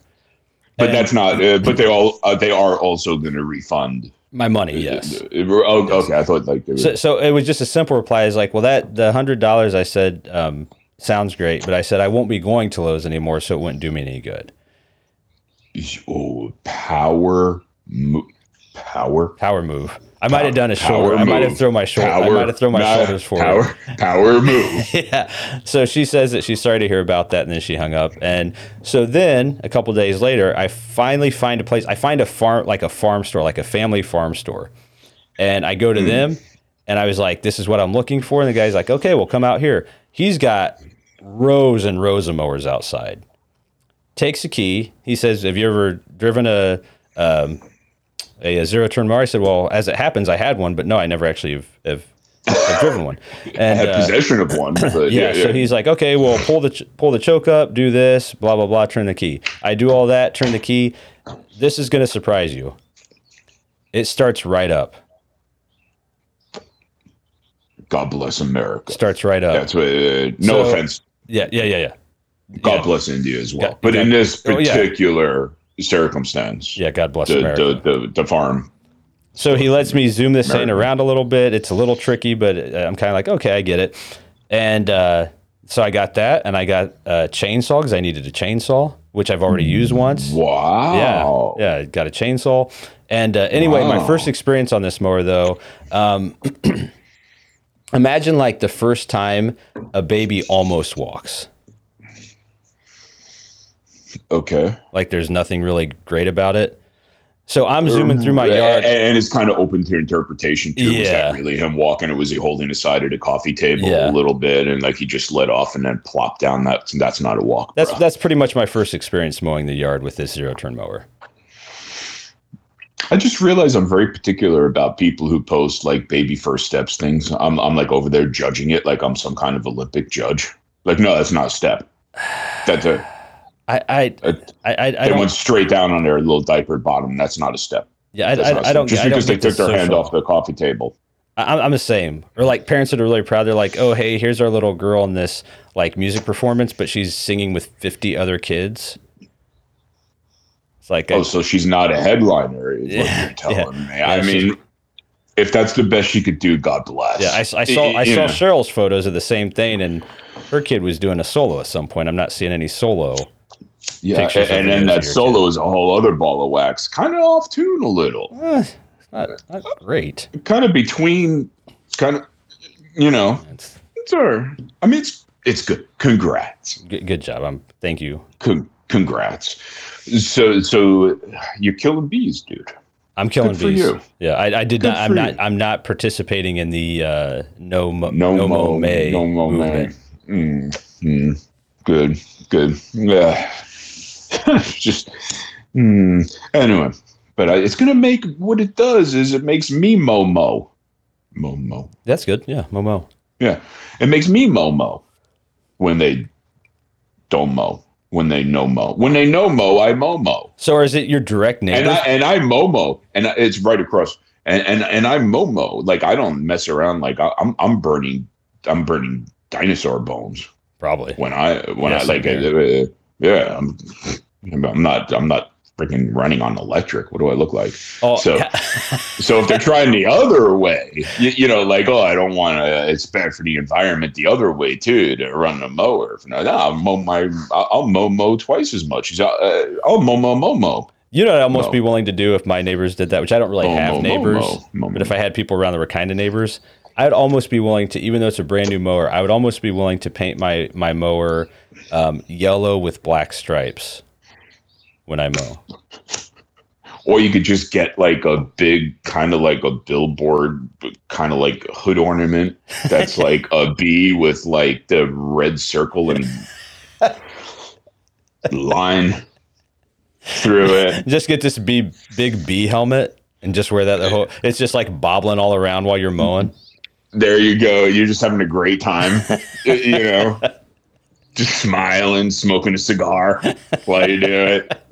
Speaker 1: But
Speaker 2: And
Speaker 1: that's not. Uh, but they all uh, they are also going to refund.
Speaker 2: my money, yes.
Speaker 1: Uh, oh, okay. I thought like they were,
Speaker 2: So, so it was just a simple reply is like, well, that the $100 I said um, sounds great, but I said I won't be going to Lowe's anymore, so it wouldn't do me any good.
Speaker 1: oh power mo- power.
Speaker 2: Power move. I might have done a
Speaker 1: Power
Speaker 2: shoulder. I might have
Speaker 1: move.
Speaker 2: thrown my shoulder. I
Speaker 1: Power-
Speaker 2: might have thrown my
Speaker 1: nah,
Speaker 2: shoulders forward.
Speaker 1: Power,
Speaker 2: <laughs>
Speaker 1: power move.
Speaker 2: yeah. So she says that she's sorry to hear about that, and then she hung up. And so then a couple days later, I finally find a place. I find a farm, like a farm store, like a family farm store, and I go to them, and I was like, "This is what I'm looking for." And the guy's like, "Okay, well, come out here." He's got rows and rows of mowers outside. Takes a key. He says, "Have you ever driven a?" Um, a, zero turn mower. I said, "Well, as it happens, I had one, but no, I never actually have, have, have driven one." And
Speaker 1: Had
Speaker 2: uh,
Speaker 1: possession of one. But
Speaker 2: <laughs> yeah,
Speaker 1: yeah,
Speaker 2: so he's like, okay, well, pull the ch- pull the choke up, do this, blah blah blah, turn the key. I do all that, turn the key. This is gonna surprise you. It starts right up.
Speaker 1: God bless America.
Speaker 2: Starts right up.
Speaker 1: That's what. Uh, no
Speaker 2: So-
Speaker 1: offense.
Speaker 2: yeah, yeah, yeah, yeah.
Speaker 1: God
Speaker 2: yeah.
Speaker 1: bless India as well.
Speaker 2: Yeah,
Speaker 1: but in this
Speaker 2: Oh, yeah.
Speaker 1: particular circumstance,
Speaker 2: Yeah, God bless
Speaker 1: the,
Speaker 2: America.
Speaker 1: the, the the farm.
Speaker 2: So he lets me zoom this thing
Speaker 1: America.
Speaker 2: around a little bit. It's a little tricky, but uh, I'm kind of like, okay, I get it. And uh, so I got that, and I got a chainsaw because I needed a chainsaw, which I've already used once.
Speaker 1: Wow.
Speaker 2: Yeah, yeah, got a chainsaw. And uh, anyway, my
Speaker 1: Oh. Wow.
Speaker 2: first experience on this mower, though, um, <clears throat> imagine like the first time a baby almost walks.
Speaker 1: Okay.
Speaker 2: Like there's nothing really great about it. So I'm zooming through my
Speaker 1: A-
Speaker 2: yard.
Speaker 1: and, it's kind of open to interpretation too. Was
Speaker 2: Yeah.
Speaker 1: that really him walking, or was he holding his side at a coffee table
Speaker 2: Yeah.
Speaker 1: a little bit, and like he just let off and then plopped down? That's that's not a walk.
Speaker 2: That's
Speaker 1: bruh.
Speaker 2: that's pretty much my first experience mowing the yard with this zero turn mower.
Speaker 1: I just realized I'm very particular about people who post like baby first steps things. I'm I'm like over there judging it like I'm some kind of Olympic judge. Like no, that's not a step. That's a
Speaker 2: I I
Speaker 1: Uh,
Speaker 2: I, I, I
Speaker 1: they
Speaker 2: don't
Speaker 1: went straight down on their little diaper bottom. That's not a step.
Speaker 2: yeah I,
Speaker 1: That's not a
Speaker 2: I, I
Speaker 1: step.
Speaker 2: don't
Speaker 1: just
Speaker 2: I don't
Speaker 1: because
Speaker 2: get
Speaker 1: they
Speaker 2: the
Speaker 1: took their hand
Speaker 2: social.
Speaker 1: off the coffee table.
Speaker 2: I- I'm the same. Or like parents that are really proud. They're like, oh, hey, here's our little girl in this like music performance, but she's singing with 50 other kids. It's like,
Speaker 1: Oh, so she's not a headliner. Is
Speaker 2: Yeah,
Speaker 1: what you're telling me.
Speaker 2: Yeah,
Speaker 1: I
Speaker 2: she-
Speaker 1: mean, if that's the best she could do, God bless.
Speaker 2: I, yeah, I, I saw I
Speaker 1: You
Speaker 2: saw
Speaker 1: know.
Speaker 2: Cheryl's photos of the same thing, and her kid was doing a solo at some point. I'm not seeing any solo.
Speaker 1: yeah,
Speaker 2: pictures of
Speaker 1: and,
Speaker 2: videos
Speaker 1: then
Speaker 2: of
Speaker 1: that
Speaker 2: your
Speaker 1: solo is a whole other ball of wax. Kind of off tune a little.
Speaker 2: Eh, not, not great.
Speaker 1: Kind of between. Kind of, you know.
Speaker 2: It's,
Speaker 1: It's all right. I mean, it's it's good. Congrats.
Speaker 2: good, good job. I'm thank you.
Speaker 1: Con- congrats. So so you're killing bees, dude.
Speaker 2: I'm killing
Speaker 1: for
Speaker 2: bees.
Speaker 1: you.
Speaker 2: Yeah, I, I did
Speaker 1: Good
Speaker 2: not. I'm
Speaker 1: for
Speaker 2: not.
Speaker 1: you.
Speaker 2: I'm not participating in the uh, no mo,
Speaker 1: No,
Speaker 2: no
Speaker 1: mo,
Speaker 2: mo may
Speaker 1: no mo
Speaker 2: movement.
Speaker 1: may. Mm, mm, good, good. Yeah, <laughs> just mm. anyway. But I, it's gonna make what it does is it makes me Momo, Momo.
Speaker 2: That's good. Yeah, mo mo.
Speaker 1: Yeah, it makes me Momo when they don't mow. when they no mo. When they no mo, I momo,
Speaker 2: So is it your direct neighbors?
Speaker 1: and I and I momo, and I- it's right across. And and and I momo. Like I don't mess around. Like I, I'm I'm burning I'm burning dinosaur bones
Speaker 2: Probably.
Speaker 1: when I when
Speaker 2: Yeah,
Speaker 1: I
Speaker 2: same
Speaker 1: like uh, uh, yeah. I'm I'm not I'm not freaking running on electric. What do I look like?
Speaker 2: Oh,
Speaker 1: So-
Speaker 2: yeah.
Speaker 1: <laughs> So if they're trying the other way, you, you know, like, oh, I don't want to. It's bad for the environment the other way too to run a mower. No, no, I'll mow my, I'll I'll mow mow twice as much. I'll, uh, I'll mow mow mow mow.
Speaker 2: you know, what I'd almost
Speaker 1: No.
Speaker 2: be willing to do if my neighbors did that, which I don't really
Speaker 1: Mow,
Speaker 2: have
Speaker 1: mow, mow,
Speaker 2: neighbors.
Speaker 1: mow, mow,
Speaker 2: But if I had people around that were kind of neighbors, I'd almost be willing to, even though it's a brand new mower, I would almost be willing to paint my my mower um, yellow with black stripes when I mow.
Speaker 1: or you could just get like a big kind of like a billboard, kind of like hood ornament that's like a bee with like the red circle and line through it.
Speaker 2: Just get this bee, big bee helmet and just wear that the whole. It's just like bobbling all around while you're mowing.
Speaker 1: there you go. You're just having a great time, you you know, just smiling, smoking a cigar while you do it.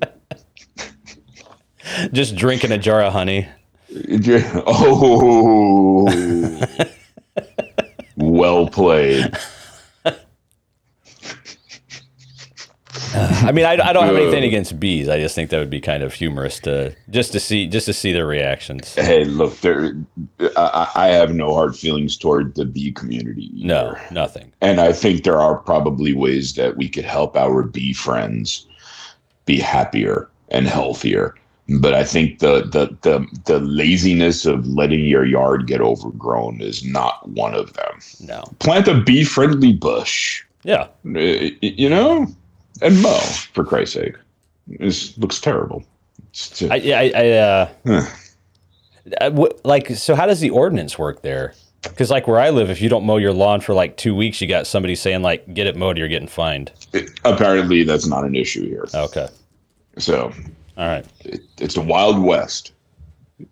Speaker 2: Just drinking a jar of honey.
Speaker 1: You- <laughs> Oh, well played.
Speaker 2: I mean, I, I don't have
Speaker 1: Yeah.
Speaker 2: anything against bees. I just think that would be kind of humorous to just to see just to see their reactions.
Speaker 1: Hey, look, there. I, I I have no hard feelings toward the bee community. either.
Speaker 2: No, nothing.
Speaker 1: and I think there are probably ways that we could help our bee friends be happier and healthier. But I think the the the, the laziness of letting your yard get overgrown is not one of them.
Speaker 2: No.
Speaker 1: Plant a bee friendly bush,
Speaker 2: Yeah.
Speaker 1: uh, you know, and mow for Christ's sake. This looks terrible. It's-
Speaker 2: I yeah, I, I uh,
Speaker 1: Huh.
Speaker 2: I- what- like so. How does the ordinance work there? Because like where I live, if you don't mow your lawn for like two weeks, you got somebody saying like, "Get it mowed, or you're getting fined." Oh,
Speaker 1: apparently, that's not an issue here.
Speaker 2: Okay.
Speaker 1: So
Speaker 2: All right.
Speaker 1: it, it's the Wild West,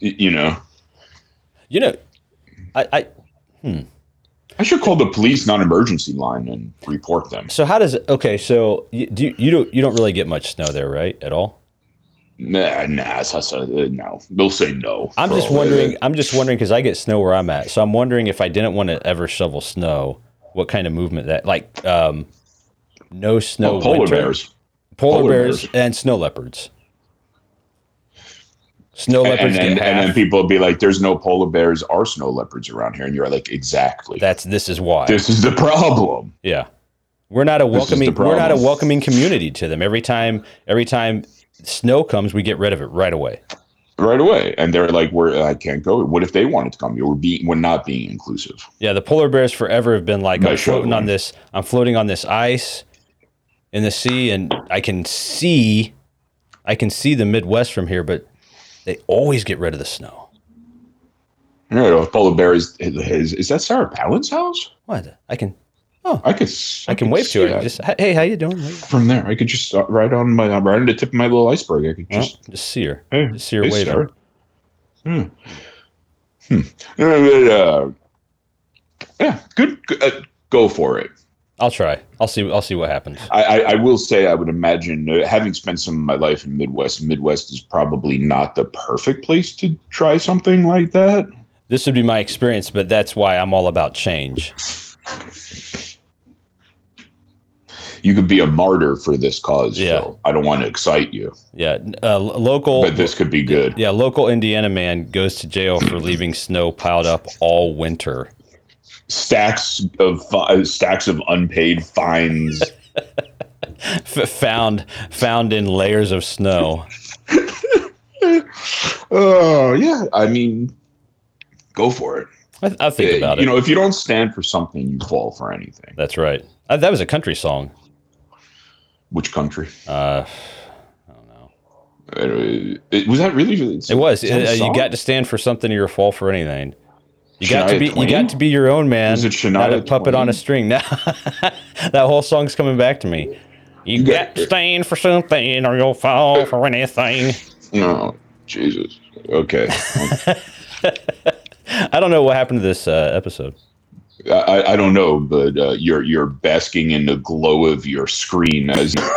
Speaker 1: y- you know.
Speaker 2: You know, I, I
Speaker 1: I should call the police non-emergency line and report them.
Speaker 2: so how does it? Okay, so you, do you, you don't you don't really get much snow there, right? At all.
Speaker 1: Nah, nah, it's- it's- uh, no. They'll say no.
Speaker 2: I'm
Speaker 1: for
Speaker 2: just
Speaker 1: all-
Speaker 2: wondering. I'm just wondering because I get snow where I'm at, so I'm wondering if I didn't want to ever shovel snow, what kind of movement that like um, no snow
Speaker 1: Oh, polar
Speaker 2: winter,
Speaker 1: bears.
Speaker 2: polar,
Speaker 1: polar
Speaker 2: bears,
Speaker 1: bears.
Speaker 2: and snow leopards. Snow
Speaker 1: And, and,
Speaker 2: leopards get
Speaker 1: and,
Speaker 2: half.
Speaker 1: then people will be like, "There's no polar bears or snow leopards around here," and you're like, "Exactly.
Speaker 2: That's this is why.
Speaker 1: this is the problem."
Speaker 2: yeah, we're not a
Speaker 1: is the
Speaker 2: welcoming. We're not a
Speaker 1: problem.
Speaker 2: welcoming community to them. Every time, every time snow comes, we get rid of it right away.
Speaker 1: Right away, and they're like, "We're I can't go." What if they wanted to come? We're being we're not being inclusive.
Speaker 2: Yeah, the polar bears forever have been like
Speaker 1: No
Speaker 2: I'm floating
Speaker 1: shoveling.
Speaker 2: on this. I'm floating on this ice in the sea, and I can see, I can see the Midwest from here, but they always get rid of the snow.
Speaker 1: You know, polar bears. Is, is that Sarah Palin's house?
Speaker 2: What? I can,
Speaker 1: I could s-
Speaker 2: I can wave
Speaker 1: see
Speaker 2: to her.
Speaker 1: that
Speaker 2: and Just hey, how you doing?
Speaker 1: from there. I could just uh, right on my right on the tip of my little iceberg. I could just
Speaker 2: Just, just see her.
Speaker 1: Hey,
Speaker 2: Just see her
Speaker 1: hey,
Speaker 2: waving.
Speaker 1: sir. Hmm. Hmm. Uh, yeah, good. good, Uh, go for it.
Speaker 2: I'll try. I'll see. I'll see what happens.
Speaker 1: I, I, I will say, I would imagine, uh, having spent some of my life in Midwest, Midwest is probably not the perfect place to try something like that.
Speaker 2: This would be my experience, but that's why I'm all about change.
Speaker 1: You could be a martyr for this cause.
Speaker 2: Yeah.
Speaker 1: Phil. I don't want to excite you,
Speaker 2: Yeah, uh, lo- local.
Speaker 1: but this could be good.
Speaker 2: Yeah, local Indiana man goes to jail for leaving snow piled up all winter.
Speaker 1: Stacks of fi- uh, stacks of unpaid fines.
Speaker 2: F- found found in layers of snow.
Speaker 1: Oh yeah, I mean, go for it.
Speaker 2: I, I think
Speaker 1: Yeah,
Speaker 2: about
Speaker 1: you
Speaker 2: it.
Speaker 1: know, if you don't stand for something, you fall for anything.
Speaker 2: That's right. Uh, that was a country song.
Speaker 1: Which country?
Speaker 2: Uh, I don't know.
Speaker 1: Uh, it- was that really? it's-
Speaker 2: It was.
Speaker 1: it's not a
Speaker 2: Uh, you
Speaker 1: song?
Speaker 2: got to stand for something or you fall for anything. You got to
Speaker 1: Shania
Speaker 2: be.
Speaker 1: Twain?
Speaker 2: You got to be your own man.
Speaker 1: Is it Shania
Speaker 2: not a puppet
Speaker 1: Twain?
Speaker 2: on a string. <laughs> Now that whole song's coming back to me. You,
Speaker 1: got-
Speaker 2: got to stand for something or you'll fall for anything.
Speaker 1: No, Jesus. Okay,
Speaker 2: I don't know what happened to this uh, episode.
Speaker 1: I, I don't know, but uh, you're you're basking in the glow of your screen as you,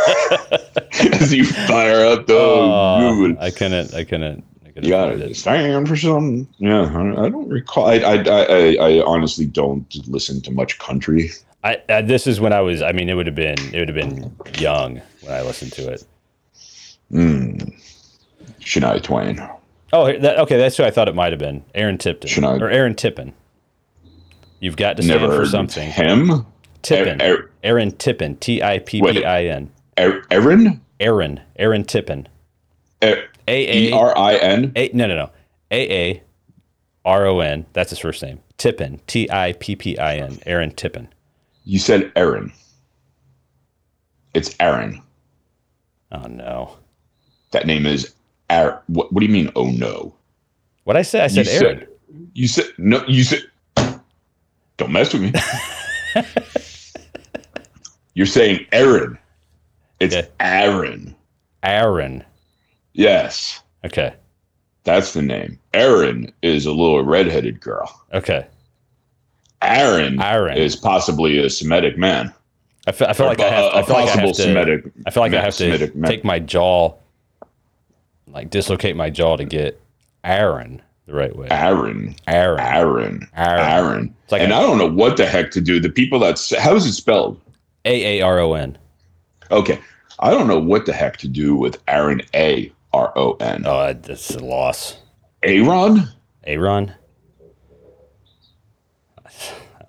Speaker 1: <laughs> as you fire up the
Speaker 2: Oh,
Speaker 1: dude.
Speaker 2: I couldn't. I couldn't. I couldn't
Speaker 1: You got
Speaker 2: find
Speaker 1: to stand for something. Yeah, I, I don't recall. I, I I I- I honestly don't listen to much country.
Speaker 2: I, I this is when I was. I mean, it would have been. It would have been young when I listened to it.
Speaker 1: Mm. Shania Twain.
Speaker 2: Oh, that, okay. That's who I thought it might have been. Aaron Tipton
Speaker 1: Should I-
Speaker 2: or Aaron Tippin. You've got to stand
Speaker 1: Never
Speaker 2: for
Speaker 1: heard
Speaker 2: something.
Speaker 1: him.
Speaker 2: Tippin.
Speaker 1: Er- er-
Speaker 2: Aaron Tippin. T i p p i n.
Speaker 1: Er- Erin.
Speaker 2: Aaron. Aaron Tippin.
Speaker 1: Er-
Speaker 2: A
Speaker 1: E
Speaker 2: a
Speaker 1: R I N.
Speaker 2: a. No no no. A a r o n. That's his first name. Tippin. T i p p i n. Aaron Tippin.
Speaker 1: You said Erin. It's Aaron.
Speaker 2: Oh no.
Speaker 1: That name is Ar- what, what do you mean? Oh no!
Speaker 2: What I say? I said
Speaker 1: you
Speaker 2: Aaron.
Speaker 1: said you said no. You said don't mess with me.
Speaker 2: <laughs>
Speaker 1: You're saying Aaron. It's
Speaker 2: Yeah.
Speaker 1: Aaron.
Speaker 2: Aaron.
Speaker 1: Yes,
Speaker 2: Okay.
Speaker 1: that's the name. Aaron is a little redheaded girl.
Speaker 2: Okay.
Speaker 1: Aaron,
Speaker 2: Aaron.
Speaker 1: is possibly a Semitic man.
Speaker 2: I feel, I feel
Speaker 1: Or
Speaker 2: like
Speaker 1: a-
Speaker 2: I have,
Speaker 1: a
Speaker 2: I feel like I
Speaker 1: possible
Speaker 2: have to.
Speaker 1: Semitic.
Speaker 2: I feel like I
Speaker 1: ma-
Speaker 2: have to
Speaker 1: Semitic man.
Speaker 2: take my jaw, like dislocate my jaw to get Aaron the right way.
Speaker 1: Aaron.
Speaker 2: Aaron.
Speaker 1: Aaron.
Speaker 2: Aaron.
Speaker 1: Aaron.
Speaker 2: It's like
Speaker 1: and
Speaker 2: a-
Speaker 1: I I don't know what the heck to do. The people that s- how is it spelled?
Speaker 2: A A R O N.
Speaker 1: Okay, I don't know what the heck to do with Aaron A R O N.
Speaker 2: Oh, I- that's a loss.
Speaker 1: Aaron,
Speaker 2: Aaron.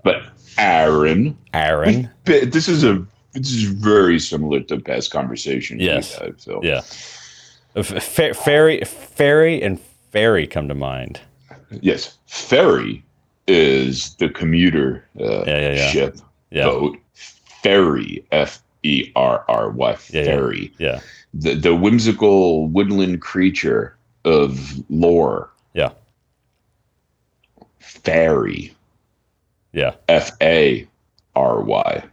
Speaker 1: but Aaron.
Speaker 2: Aaron.
Speaker 1: B- This is a this is very similar to past conversation.
Speaker 2: Yes.
Speaker 1: Had, so
Speaker 2: yeah. F- fa- Fairy, fairy, and fairy come to mind.
Speaker 1: yes, ferry is the commuter uh,
Speaker 2: Yeah, yeah, yeah.
Speaker 1: ship
Speaker 2: Yeah.
Speaker 1: boat. Ferry, F E R R Y,
Speaker 2: Yeah, yeah.
Speaker 1: ferry.
Speaker 2: Yeah.
Speaker 1: the the whimsical woodland creature of lore.
Speaker 2: Yeah.
Speaker 1: Fairy.
Speaker 2: Yeah.
Speaker 1: F A R Y.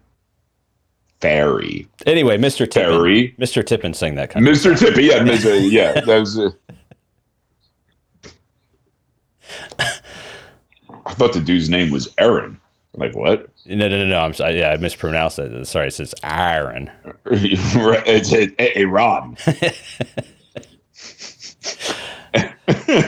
Speaker 1: Fairy.
Speaker 2: Anyway, Mr. Tippin.
Speaker 1: Fairy.
Speaker 2: Mr. Tippin sang that kind of.
Speaker 1: Mr. Tippy. Yeah, Mr. yeah. That was.
Speaker 2: <laughs>
Speaker 1: Uh, I thought the dude's name was Aaron. I'm like what?
Speaker 2: No, no, no, no. I'm sorry. Yeah, I mispronounced it. Sorry, it says Aaron.
Speaker 1: <laughs> it's a, a, a
Speaker 2: <laughs>
Speaker 1: Ron. <laughs>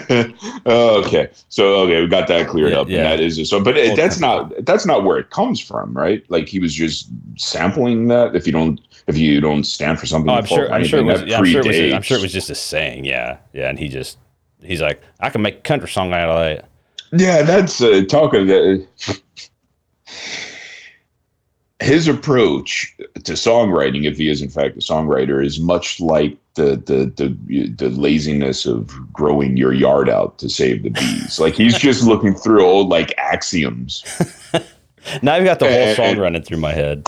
Speaker 1: okay, so okay, we got that cleared
Speaker 2: Yeah,
Speaker 1: up,
Speaker 2: yeah.
Speaker 1: and that is just so. But it,
Speaker 2: Old
Speaker 1: that's
Speaker 2: temple.
Speaker 1: not that's not where it comes from, right? Like he was just sampling that. If you don't if you don't stand for something,
Speaker 2: Oh,
Speaker 1: to
Speaker 2: I'm
Speaker 1: fall
Speaker 2: sure.
Speaker 1: for
Speaker 2: I'm sure, it was,
Speaker 1: anything,
Speaker 2: yeah,
Speaker 1: that
Speaker 2: I'm sure it was. I'm
Speaker 1: predates-
Speaker 2: sure it was just a saying. Yeah, yeah. And he just he's like, I can make a country song out of that.
Speaker 1: Yeah, that's uh, talk of that. His approach to songwriting, if he is in fact a songwriter, is much like the the the, the laziness of growing your yard out to save the bees. like
Speaker 2: <laughs>
Speaker 1: he's just looking through old like axioms.
Speaker 2: Now I've got the whole
Speaker 1: Eh,
Speaker 2: song
Speaker 1: eh.
Speaker 2: running through my head.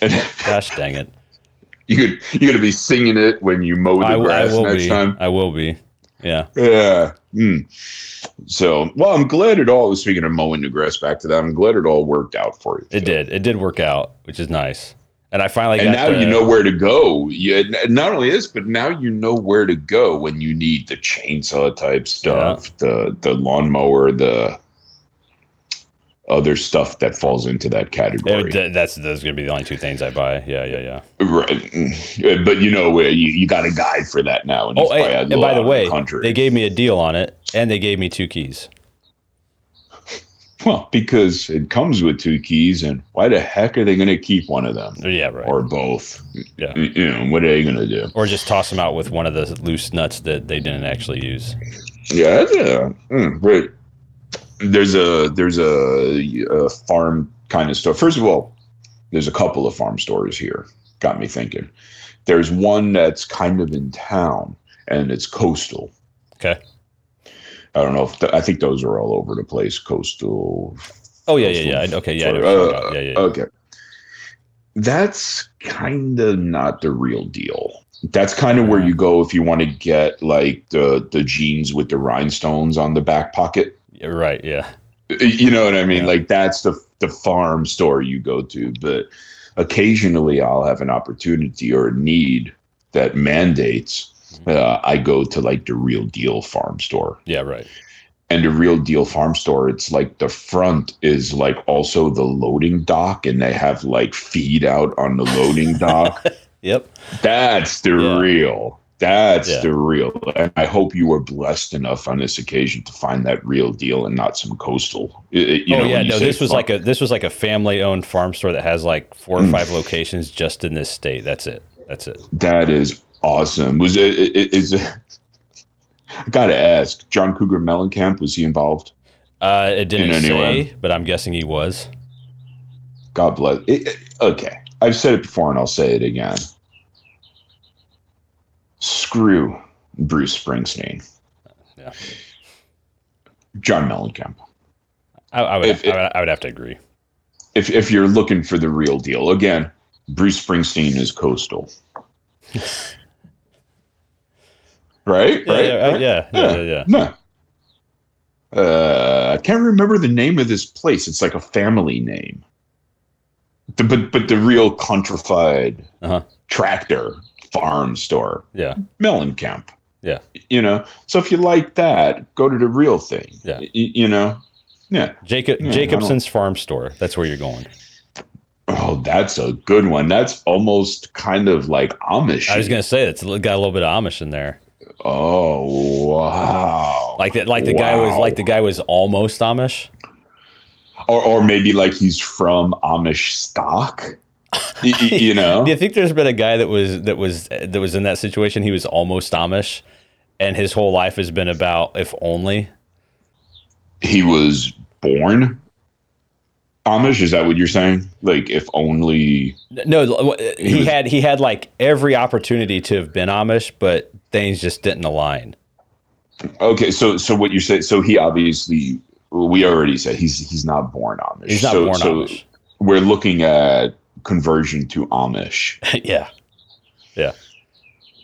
Speaker 1: And <laughs>
Speaker 2: Gosh dang it!
Speaker 1: you could you're gonna be singing it when you mow the
Speaker 2: I, w- I
Speaker 1: grass
Speaker 2: will
Speaker 1: next
Speaker 2: be.
Speaker 1: time.
Speaker 2: I will be. Yeah.
Speaker 1: Yeah. Hmm. So well, I'm glad it all. Speaking of mowing the grass, back to that. I'm glad it all worked out for you.
Speaker 2: It did. It did work out, which is nice. And I finally
Speaker 1: and
Speaker 2: got.
Speaker 1: now
Speaker 2: the-
Speaker 1: you know where to go. You, n- not only this, but now you know where to go when you need the chainsaw type stuff, the the lawnmower, the other stuff that falls into that
Speaker 2: Yeah,
Speaker 1: category.
Speaker 2: th- that's those are gonna be the only two things I buy. Yeah, yeah, yeah.
Speaker 1: Right. Mm. But you know where you, you got a guide for that now. And
Speaker 2: Oh,
Speaker 1: it's probably
Speaker 2: hey,
Speaker 1: a
Speaker 2: and
Speaker 1: little
Speaker 2: by the
Speaker 1: out of
Speaker 2: way,
Speaker 1: country.
Speaker 2: they gave me a deal on it, and they gave me two keys.
Speaker 1: well, because it comes with two keys, and why the heck are they going to keep one of them
Speaker 2: Yeah, right. Or,
Speaker 1: or both?
Speaker 2: Yeah.
Speaker 1: You know, what are they going to do?
Speaker 2: just toss them out with one of the loose nuts that they didn't actually use.
Speaker 1: Yeah, that's a, mm, but there's a there's a, a farm kind of store. First of all, there's a couple of farm stores here. Got me thinking. There's one that's kind of in town and it's coastal.
Speaker 2: Okay.
Speaker 1: I don't know if th- I think those are all over the place. Coastal.
Speaker 2: Oh yeah, yeah, yeah. I- Okay, yeah, I know what you're talking
Speaker 1: Uh,
Speaker 2: about. yeah, yeah, yeah.
Speaker 1: Okay. That's kind of not the real deal. That's kind of where
Speaker 2: Mm.
Speaker 1: you go if you want to get like the the jeans with the rhinestones on the back pocket.
Speaker 2: Yeah, right. Yeah.
Speaker 1: you know what I mean?
Speaker 2: Yeah.
Speaker 1: Like that's the the farm store you go to, but occasionally I'll have an opportunity or a need
Speaker 2: Mm-hmm.
Speaker 1: that mandates uh, I go to like the real deal farm store,
Speaker 2: Yeah. Right.
Speaker 1: and a real deal farm store it's like the front is like also the loading dock and they have like feed out on the loading
Speaker 2: <laughs>
Speaker 1: dock
Speaker 2: Yep.
Speaker 1: that's the
Speaker 2: Yeah.
Speaker 1: real that's
Speaker 2: Yeah.
Speaker 1: the real and i hope you were blessed enough on this occasion to find that real deal and not some coastal I- I- you
Speaker 2: oh
Speaker 1: know,
Speaker 2: yeah,
Speaker 1: when you
Speaker 2: no.
Speaker 1: say
Speaker 2: This was
Speaker 1: farm-
Speaker 2: like a this was like a family owned farm store that has like four or
Speaker 1: Mm.
Speaker 2: five locations just in this state. That's it. That's it.
Speaker 1: That is awesome. Was it? it- it- Is it? I gotta ask. John Cougar Mellencamp was he involved?
Speaker 2: Uh, it didn't
Speaker 1: any way.
Speaker 2: say, but I'm guessing he was.
Speaker 1: God bless. It, it- okay, I've said it before and I'll say it again. Screw Bruce Springsteen.
Speaker 2: Yeah.
Speaker 1: John Mellencamp.
Speaker 2: I, I would.
Speaker 1: If-
Speaker 2: I, would I would have to agree.
Speaker 1: If if you're looking for the real deal, again, Bruce Springsteen is
Speaker 2: <laughs>
Speaker 1: coastal. right.
Speaker 2: Yeah,
Speaker 1: right.
Speaker 2: yeah,
Speaker 1: right?
Speaker 2: yeah, yeah, yeah, yeah.
Speaker 1: No. Uh, I can't remember the name of this place. It's like a family name. The, but but the real countrified
Speaker 2: Uh-huh.
Speaker 1: tractor farm store,
Speaker 2: Yeah.
Speaker 1: Mellencamp.
Speaker 2: Yeah.
Speaker 1: You know, so if you like that, go to the real thing.
Speaker 2: Yeah.
Speaker 1: Y- you know, yeah.
Speaker 2: Jacob
Speaker 1: Yeah, I don't-
Speaker 2: Jacobson's farm store. That's where you're going.
Speaker 1: Oh, that's a good one. That's almost kind of like Amish.
Speaker 2: I was gonna say it's got a little bit of Amish in there.
Speaker 1: oh, wow.
Speaker 2: Like that. Like the guy was
Speaker 1: Wow.
Speaker 2: like the guy was almost Amish.
Speaker 1: or or maybe like he's from Amish stock. Y-
Speaker 2: <laughs>
Speaker 1: y- you know,
Speaker 2: Do you think there's been a guy that was that was that was in that situation? He was almost Amish, and his whole life has been about if only.
Speaker 1: he was born Amish. Is that what you're saying? Like, if only
Speaker 2: No, l- w-
Speaker 1: He
Speaker 2: he
Speaker 1: was-
Speaker 2: had he had like every opportunity to have been Amish, but things just didn't align.
Speaker 1: okay. So, so what you say? So he obviously we already said he's he's not born Amish.
Speaker 2: He's not
Speaker 1: so,
Speaker 2: born
Speaker 1: so
Speaker 2: Amish. <laughs>
Speaker 1: We're looking at conversion to Amish.
Speaker 2: yeah,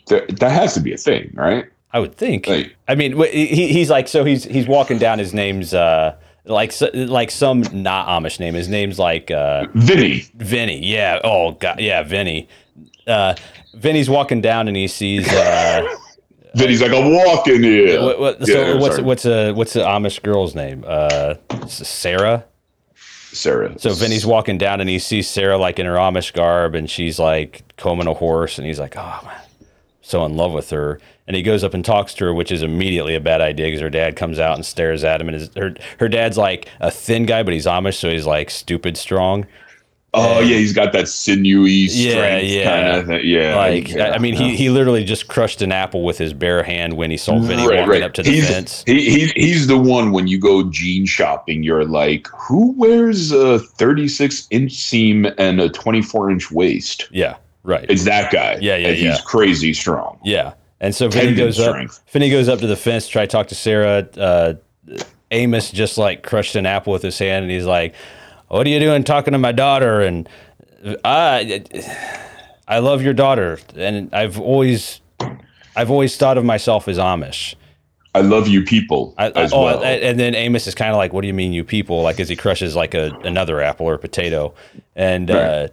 Speaker 1: That that has to be a thing, right?
Speaker 2: I would think.
Speaker 1: Like,
Speaker 2: I mean, wh- he, he's like so he's he's walking down. His name's uh like s- like some not Amish name. His name's like uh
Speaker 1: Vinny.
Speaker 2: Vinny. Yeah. Oh God. Yeah, Vinny. Uh, Vinny's walking down and he sees. Uh,
Speaker 1: Vinny's like, I'm walking here.
Speaker 2: What, what,
Speaker 1: Yeah,
Speaker 2: so
Speaker 1: I'm
Speaker 2: what's
Speaker 1: sorry.
Speaker 2: what's a what's the Amish girl's name? Uh, S- Sarah.
Speaker 1: Sarah.
Speaker 2: So Vinny's walking down and he sees Sarah like in her Amish garb and she's like combing a horse and he's like, oh man, so in love with her. And he goes up and talks to her, which is immediately a bad idea because her dad comes out and stares at him and his, her her dad's like a thin guy, but he's Amish, so he's like stupid strong.
Speaker 1: Oh yeah, he's got that sinewy
Speaker 2: Yeah,
Speaker 1: strength
Speaker 2: yeah.
Speaker 1: kind of thing. Yeah,
Speaker 2: like
Speaker 1: yeah,
Speaker 2: I, I mean,
Speaker 1: no.
Speaker 2: he, he literally just crushed an apple with his bare hand when he saw Vinny
Speaker 1: Right,
Speaker 2: walking
Speaker 1: right.
Speaker 2: up to the
Speaker 1: He's-
Speaker 2: fence.
Speaker 1: He, he he's the one when you go jean shopping, you're like, who wears a 36 inch seam and a 24 inch waist?
Speaker 2: Yeah, right.
Speaker 1: It's that guy.
Speaker 2: Yeah, yeah,
Speaker 1: and
Speaker 2: yeah.
Speaker 1: He's crazy strong.
Speaker 2: Yeah, and so Vinny
Speaker 1: Tendon
Speaker 2: goes up.
Speaker 1: strength.
Speaker 2: Finney goes up to the fence to try to talk to Sarah. Uh, Amos just like crushed an apple with his hand, and he's like, "What are you doing talking to my daughter?" And I, I love your daughter, and I've always, I've always thought of myself as Amish.
Speaker 1: I love you people
Speaker 2: I,
Speaker 1: as
Speaker 2: oh,
Speaker 1: well.
Speaker 2: and- and then Amos is kind of like, "What do you mean, you people?" Like as he crushes like a another apple or potato, and uh,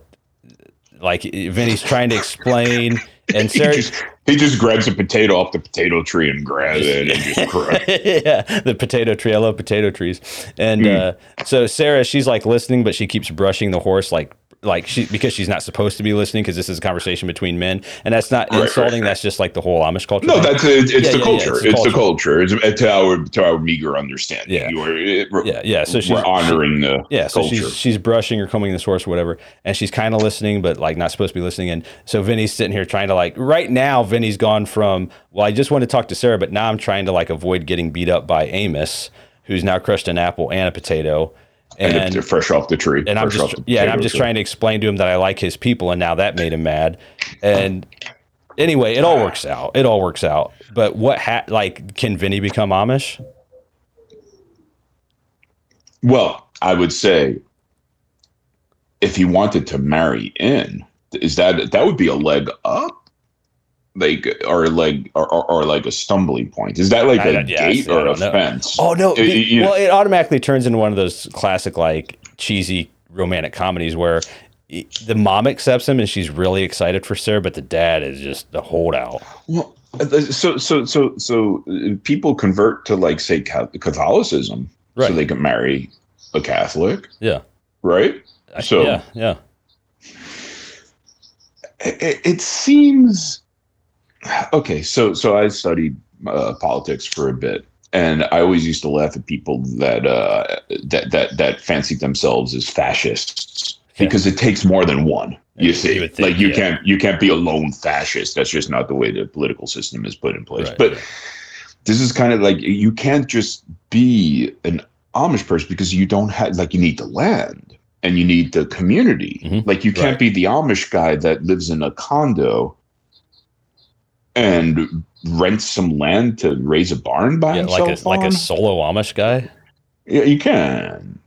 Speaker 2: like Vinny's trying to explain,
Speaker 1: <laughs> <laughs>
Speaker 2: and
Speaker 1: he
Speaker 2: Sarah.
Speaker 1: just he just grabs a potato off the potato tree and grabs it and
Speaker 2: <laughs>
Speaker 1: just crush.
Speaker 2: yeah, the potato tree. I love potato trees. And
Speaker 1: Hmm.
Speaker 2: uh, so Sarah, she's like listening, but she keeps brushing the horse like like she because she's not supposed to be listening because this is a conversation between men, and that's not
Speaker 1: Right, right,
Speaker 2: insulting. That's just like the whole Amish culture.
Speaker 1: No,
Speaker 2: thing.
Speaker 1: that's it, it's,
Speaker 2: yeah,
Speaker 1: the
Speaker 2: yeah,
Speaker 1: culture.
Speaker 2: it's
Speaker 1: it's,
Speaker 2: the
Speaker 1: the culture. It's to our to our meager understanding.
Speaker 2: Yeah.
Speaker 1: you are, it- we're,
Speaker 2: yeah, yeah. So she's
Speaker 1: we're honoring the
Speaker 2: yeah, so
Speaker 1: culture.
Speaker 2: she's she's brushing or combing the source or whatever, and she's kind of listening, but like not supposed to be listening. And so Vinny's sitting here trying to like right now, Vinny's gone from well, I just want to talk to Sarah, but now I'm trying to like avoid getting beat up by Amos, who's now crushed an apple and a potato,
Speaker 1: and, if they're fresh off the tree.
Speaker 2: and I'm
Speaker 1: fresh
Speaker 2: just
Speaker 1: off the
Speaker 2: yeah, and I'm
Speaker 1: potato
Speaker 2: just
Speaker 1: tree.
Speaker 2: trying to explain to him that I like his people, and now that made him mad. And anyway, it all works out. It all works out. But what ha- like can Vinny become Amish?
Speaker 1: Well, I would say if he wanted to marry in, is that that would be a leg up? Like or a leg or, or, or like a stumbling point. Is that like
Speaker 2: I
Speaker 1: a
Speaker 2: don't- yeah, I
Speaker 1: gate
Speaker 2: see, I
Speaker 1: or a
Speaker 2: don't know.
Speaker 1: fence?
Speaker 2: Oh no!
Speaker 1: It-
Speaker 2: be-
Speaker 1: you-
Speaker 2: well, it automatically turns into one of those classic like cheesy romantic comedies where i- the mom accepts him and she's really excited for Sarah, but the dad is just the holdout.
Speaker 1: Well, so so so so uh, people convert to like say Ca- Catholicism
Speaker 2: Right.
Speaker 1: so they can marry a Catholic.
Speaker 2: Yeah.
Speaker 1: Right.
Speaker 2: I-
Speaker 1: So-
Speaker 2: yeah, yeah.
Speaker 1: It, it seems okay. So so I studied uh, politics for a bit, and I always used to laugh at people that uh, that that that fancied themselves as fascists
Speaker 2: Yeah.
Speaker 1: because it takes more than one. You
Speaker 2: You
Speaker 1: see,
Speaker 2: would think,
Speaker 1: like you
Speaker 2: yeah.
Speaker 1: can't you can't be a lone fascist. That's just not the way the political system is put in place.
Speaker 2: Right,
Speaker 1: but
Speaker 2: right.
Speaker 1: this is kind of like you can't just be an Amish person because you don't have like you need the land and you need the community.
Speaker 2: Mhm.
Speaker 1: Like you can't
Speaker 2: Right.
Speaker 1: be the Amish guy that lives in a condo and rents some land to raise a barn by
Speaker 2: yeah,
Speaker 1: himself.
Speaker 2: like a like a
Speaker 1: on.
Speaker 2: solo Amish guy.
Speaker 1: yeah, you can.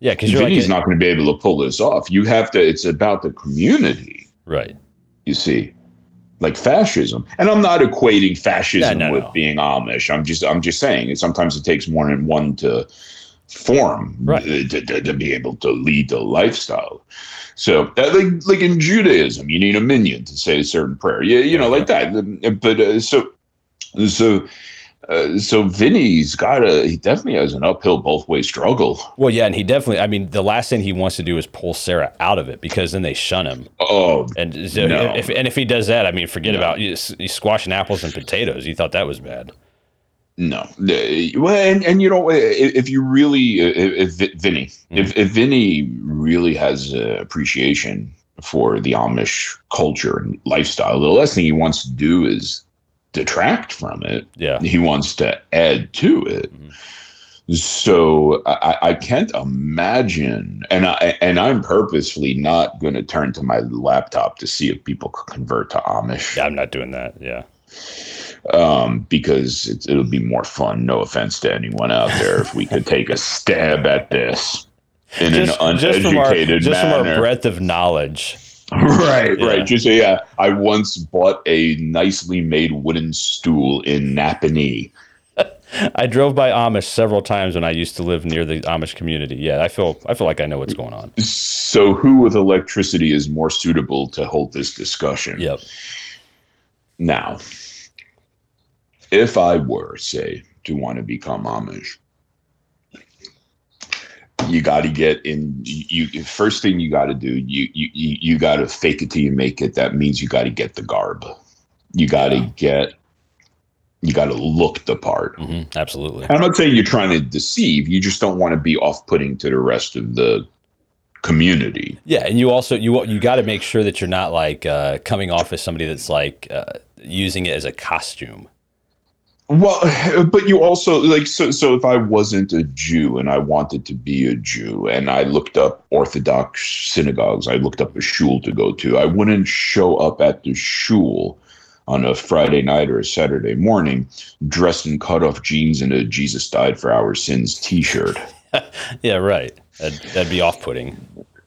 Speaker 2: Yeah, because you're
Speaker 1: Vinny's
Speaker 2: like a-
Speaker 1: not going to be able to pull this off. You have to. It's about the community.
Speaker 2: right.
Speaker 1: you see like fascism and i'm not equating fascism
Speaker 2: No, no,
Speaker 1: with
Speaker 2: no.
Speaker 1: being amish i'm just i'm just saying it sometimes it takes more than one to form
Speaker 2: Right.
Speaker 1: uh, to, to, to be able to lead the lifestyle so uh, like like in judaism you need a minion to say a certain prayer yeah you know like that but uh, so so uh, so vinny's got a he definitely has an uphill both way struggle
Speaker 2: Well, yeah, and he definitely. I mean, the last thing he wants to do is pull Sarah out of it because then they shun him.
Speaker 1: oh
Speaker 2: And so
Speaker 1: No.
Speaker 2: if and if he does that, I mean, forget
Speaker 1: No.
Speaker 2: about you, you squashing apples and potatoes. You thought that was bad.
Speaker 1: No, Uh, well, and, and you know, i- if you really, uh, if, if Vinny, if, if Vinny really has uh, appreciation for the Amish culture and lifestyle, the last thing he wants to do is detract from it.
Speaker 2: Yeah,
Speaker 1: He wants to add to it. So I, I- I can't imagine, and I and I'm purposefully not going to turn to my laptop to see if people c- convert to Amish
Speaker 2: yeah, I'm not doing that. Yeah,
Speaker 1: um, because it, it'll be more fun. No offense to anyone out there, if we could take a stab at this in an
Speaker 2: just from our
Speaker 1: uneducated
Speaker 2: just from our
Speaker 1: manner.
Speaker 2: breadth of knowledge.
Speaker 1: right, <laughs>
Speaker 2: Yeah.
Speaker 1: right. Just say, yeah. I once bought a nicely made wooden stool in Napanee.
Speaker 2: I drove by Amish several times when I used to live near the Amish community. Yeah, I feel I feel like I know what's going on.
Speaker 1: So, who with electricity is more suitable to hold this discussion?
Speaker 2: Yep.
Speaker 1: Now, if I were, say, to want to become Amish, you got to get in. You you- first thing you got to do. You you you you got to fake it till you make it. That means you got to get the garb. You got to
Speaker 2: Yeah.
Speaker 1: get. You got to look the part.
Speaker 2: hmm Absolutely.
Speaker 1: And I'm not saying you're trying to deceive. You just don't want to be off-putting to the rest of the community.
Speaker 2: Yeah, and you also you you got to make sure that you're not like uh, coming off as somebody that's like uh, using it as a costume.
Speaker 1: Well, <laughs> but you also like so. So if I wasn't a Jew and I wanted to be a Jew, and I looked up Orthodox synagogues, I looked up a shul to go to. I wouldn't show up at the shul on a Friday night or a Saturday morning dressed in cutoff jeans and a "Jesus died for our sins" T-shirt.
Speaker 2: Yeah, right. That'd, that'd be off-putting.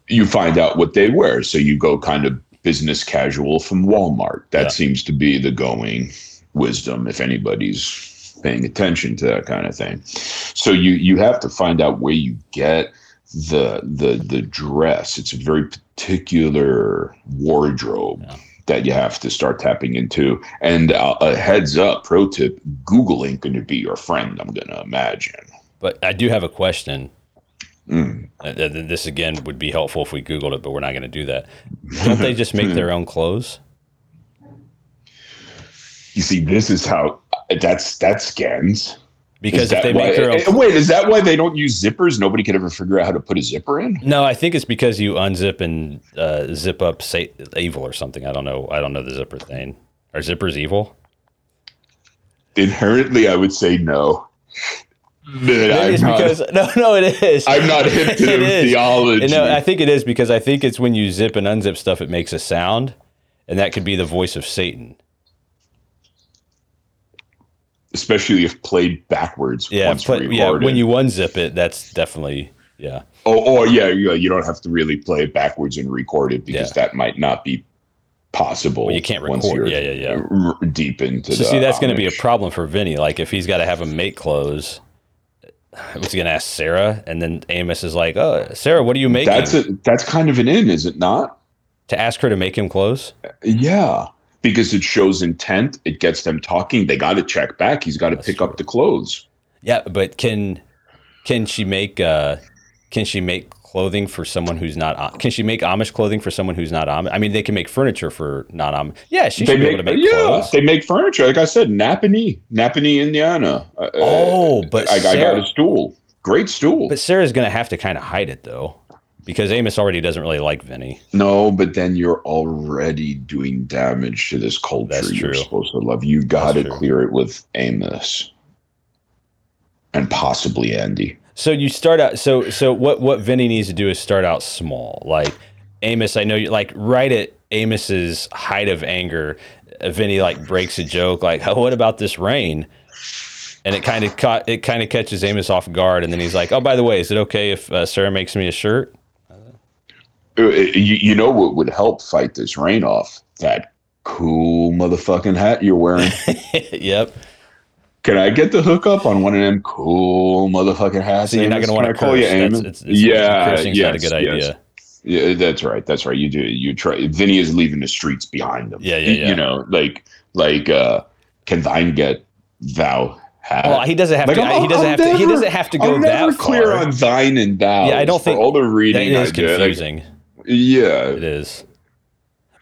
Speaker 1: You find out what they wear, so you go kind of business casual from Walmart. That
Speaker 2: Yeah.
Speaker 1: seems to be the going wisdom if anybody's paying attention to that kind of thing. So you you have to find out where you get the the the dress. It's a very particular wardrobe
Speaker 2: Yeah.
Speaker 1: that you have to start tapping into. And uh, a heads up, pro tip: Google ain't going to be your friend. I'm going to imagine.
Speaker 2: But I do have a question.
Speaker 1: Mm.
Speaker 2: Uh, th- th- this again would be helpful if we Googled it, but we're not going to do that. Don't they just make their own clothes?
Speaker 1: You see, this is how that's that scans. Is
Speaker 2: Because if
Speaker 1: that
Speaker 2: they
Speaker 1: why-
Speaker 2: make their own,
Speaker 1: eh, wait, is that why they don't use zippers? Nobody could ever figure out how to put a zipper in.
Speaker 2: no, I think it's because you unzip and uh, zip up sa evil or something. I don't know. I don't know the zipper thing. Are zippers evil?
Speaker 1: Inherently, I would say no. But
Speaker 2: Maybe
Speaker 1: I'm
Speaker 2: it's
Speaker 1: not-
Speaker 2: because no, no, it is.
Speaker 1: I'm
Speaker 2: <laughs>
Speaker 1: not hip to
Speaker 2: It
Speaker 1: the
Speaker 2: is.
Speaker 1: theology.
Speaker 2: No, I think it is because I think it's when you zip and unzip stuff, it makes a sound, and that could be the voice of Satan.
Speaker 1: especially if played backwards.
Speaker 2: Yeah,
Speaker 1: once
Speaker 2: play- yeah.
Speaker 1: recorded.
Speaker 2: When you unzip it, that's definitely yeah.
Speaker 1: oh, oh yeah, yeah, you don't have to really play it backwards and record it because that might not be possible.
Speaker 2: Well, you can't
Speaker 1: once
Speaker 2: record.
Speaker 1: you're uh,
Speaker 2: Yeah, yeah, yeah.
Speaker 1: r- Deep into
Speaker 2: So
Speaker 1: the
Speaker 2: see, that's going to be a
Speaker 1: Amish.
Speaker 2: problem for Vinny. Like if he's got to have him make clothes, what's he going to ask Sarah? And then Amos is like, "Oh, Sarah, what are you making?"
Speaker 1: That's a, that's kind of an in, is it not?
Speaker 2: to ask her to make him clothes.
Speaker 1: Yeah. because it shows intent. It gets them talking. They got to check back. He's got to
Speaker 2: That's
Speaker 1: pick
Speaker 2: true.
Speaker 1: up the clothes.
Speaker 2: Yeah, but can can she make uh can she make clothing for someone who's not Am- can she make Amish clothing for someone who's not Amish? I mean, they can make furniture for not Amish. Yeah, she
Speaker 1: they
Speaker 2: should be
Speaker 1: make,
Speaker 2: able to make
Speaker 1: yeah, Uh,
Speaker 2: clothes.
Speaker 1: they make furniture. Like I said, Napanee, Napanee, Indiana. Uh,
Speaker 2: Oh, but
Speaker 1: I, I got
Speaker 2: Sarah-
Speaker 1: a stool. Great stool.
Speaker 2: But Sarah's gonna have to kind of hide it though, because Amos already doesn't really like Vinny.
Speaker 1: No, but then you're already doing damage to this culture
Speaker 2: That's
Speaker 1: you're
Speaker 2: true.
Speaker 1: supposed to love. You got to
Speaker 2: true.
Speaker 1: clear it with Amos and possibly Andy.
Speaker 2: So you start out. So so what what Vinny needs to do is start out small. Like Amos, I know you like right at Amos's height of anger. uh, Vinny like breaks a joke like, "Oh, what about this rain?" And it kind of caught it kind of catches Amos off guard, and then he's like, "Oh, by the way, is it okay if uh, Sarah makes me a shirt?" <laughs>
Speaker 1: Uh, You, you know what would help fight this rain off? That cool motherfucking hat you're wearing.
Speaker 2: yep.
Speaker 1: Can I get the hookup on one of them cool motherfucking hats?
Speaker 2: So you're not
Speaker 1: Amos?
Speaker 2: gonna
Speaker 1: Can
Speaker 2: want to
Speaker 1: I call
Speaker 2: curse.
Speaker 1: you
Speaker 2: That's,
Speaker 1: Amos?
Speaker 2: it's, it's,
Speaker 1: yeah,
Speaker 2: cursing's not a
Speaker 1: yes,
Speaker 2: good
Speaker 1: yes.
Speaker 2: idea.
Speaker 1: Yeah, that's right. That's right. You do. You try. Vinny is leaving the streets behind him.
Speaker 2: Yeah, yeah,
Speaker 1: You-
Speaker 2: yeah.
Speaker 1: You know, like, like, uh, can thine get thou have?
Speaker 2: Well, he doesn't have
Speaker 1: Like,
Speaker 2: to.
Speaker 1: I'm-
Speaker 2: he doesn't
Speaker 1: I'm
Speaker 2: have to. He
Speaker 1: never-
Speaker 2: doesn't have to go
Speaker 1: I'm
Speaker 2: that
Speaker 1: never clear
Speaker 2: far.
Speaker 1: on thine and thou.
Speaker 2: Yeah, I don't think-
Speaker 1: all the
Speaker 2: that
Speaker 1: reading
Speaker 2: is
Speaker 1: I did, like,
Speaker 2: confusing.
Speaker 1: yeah,
Speaker 2: It is.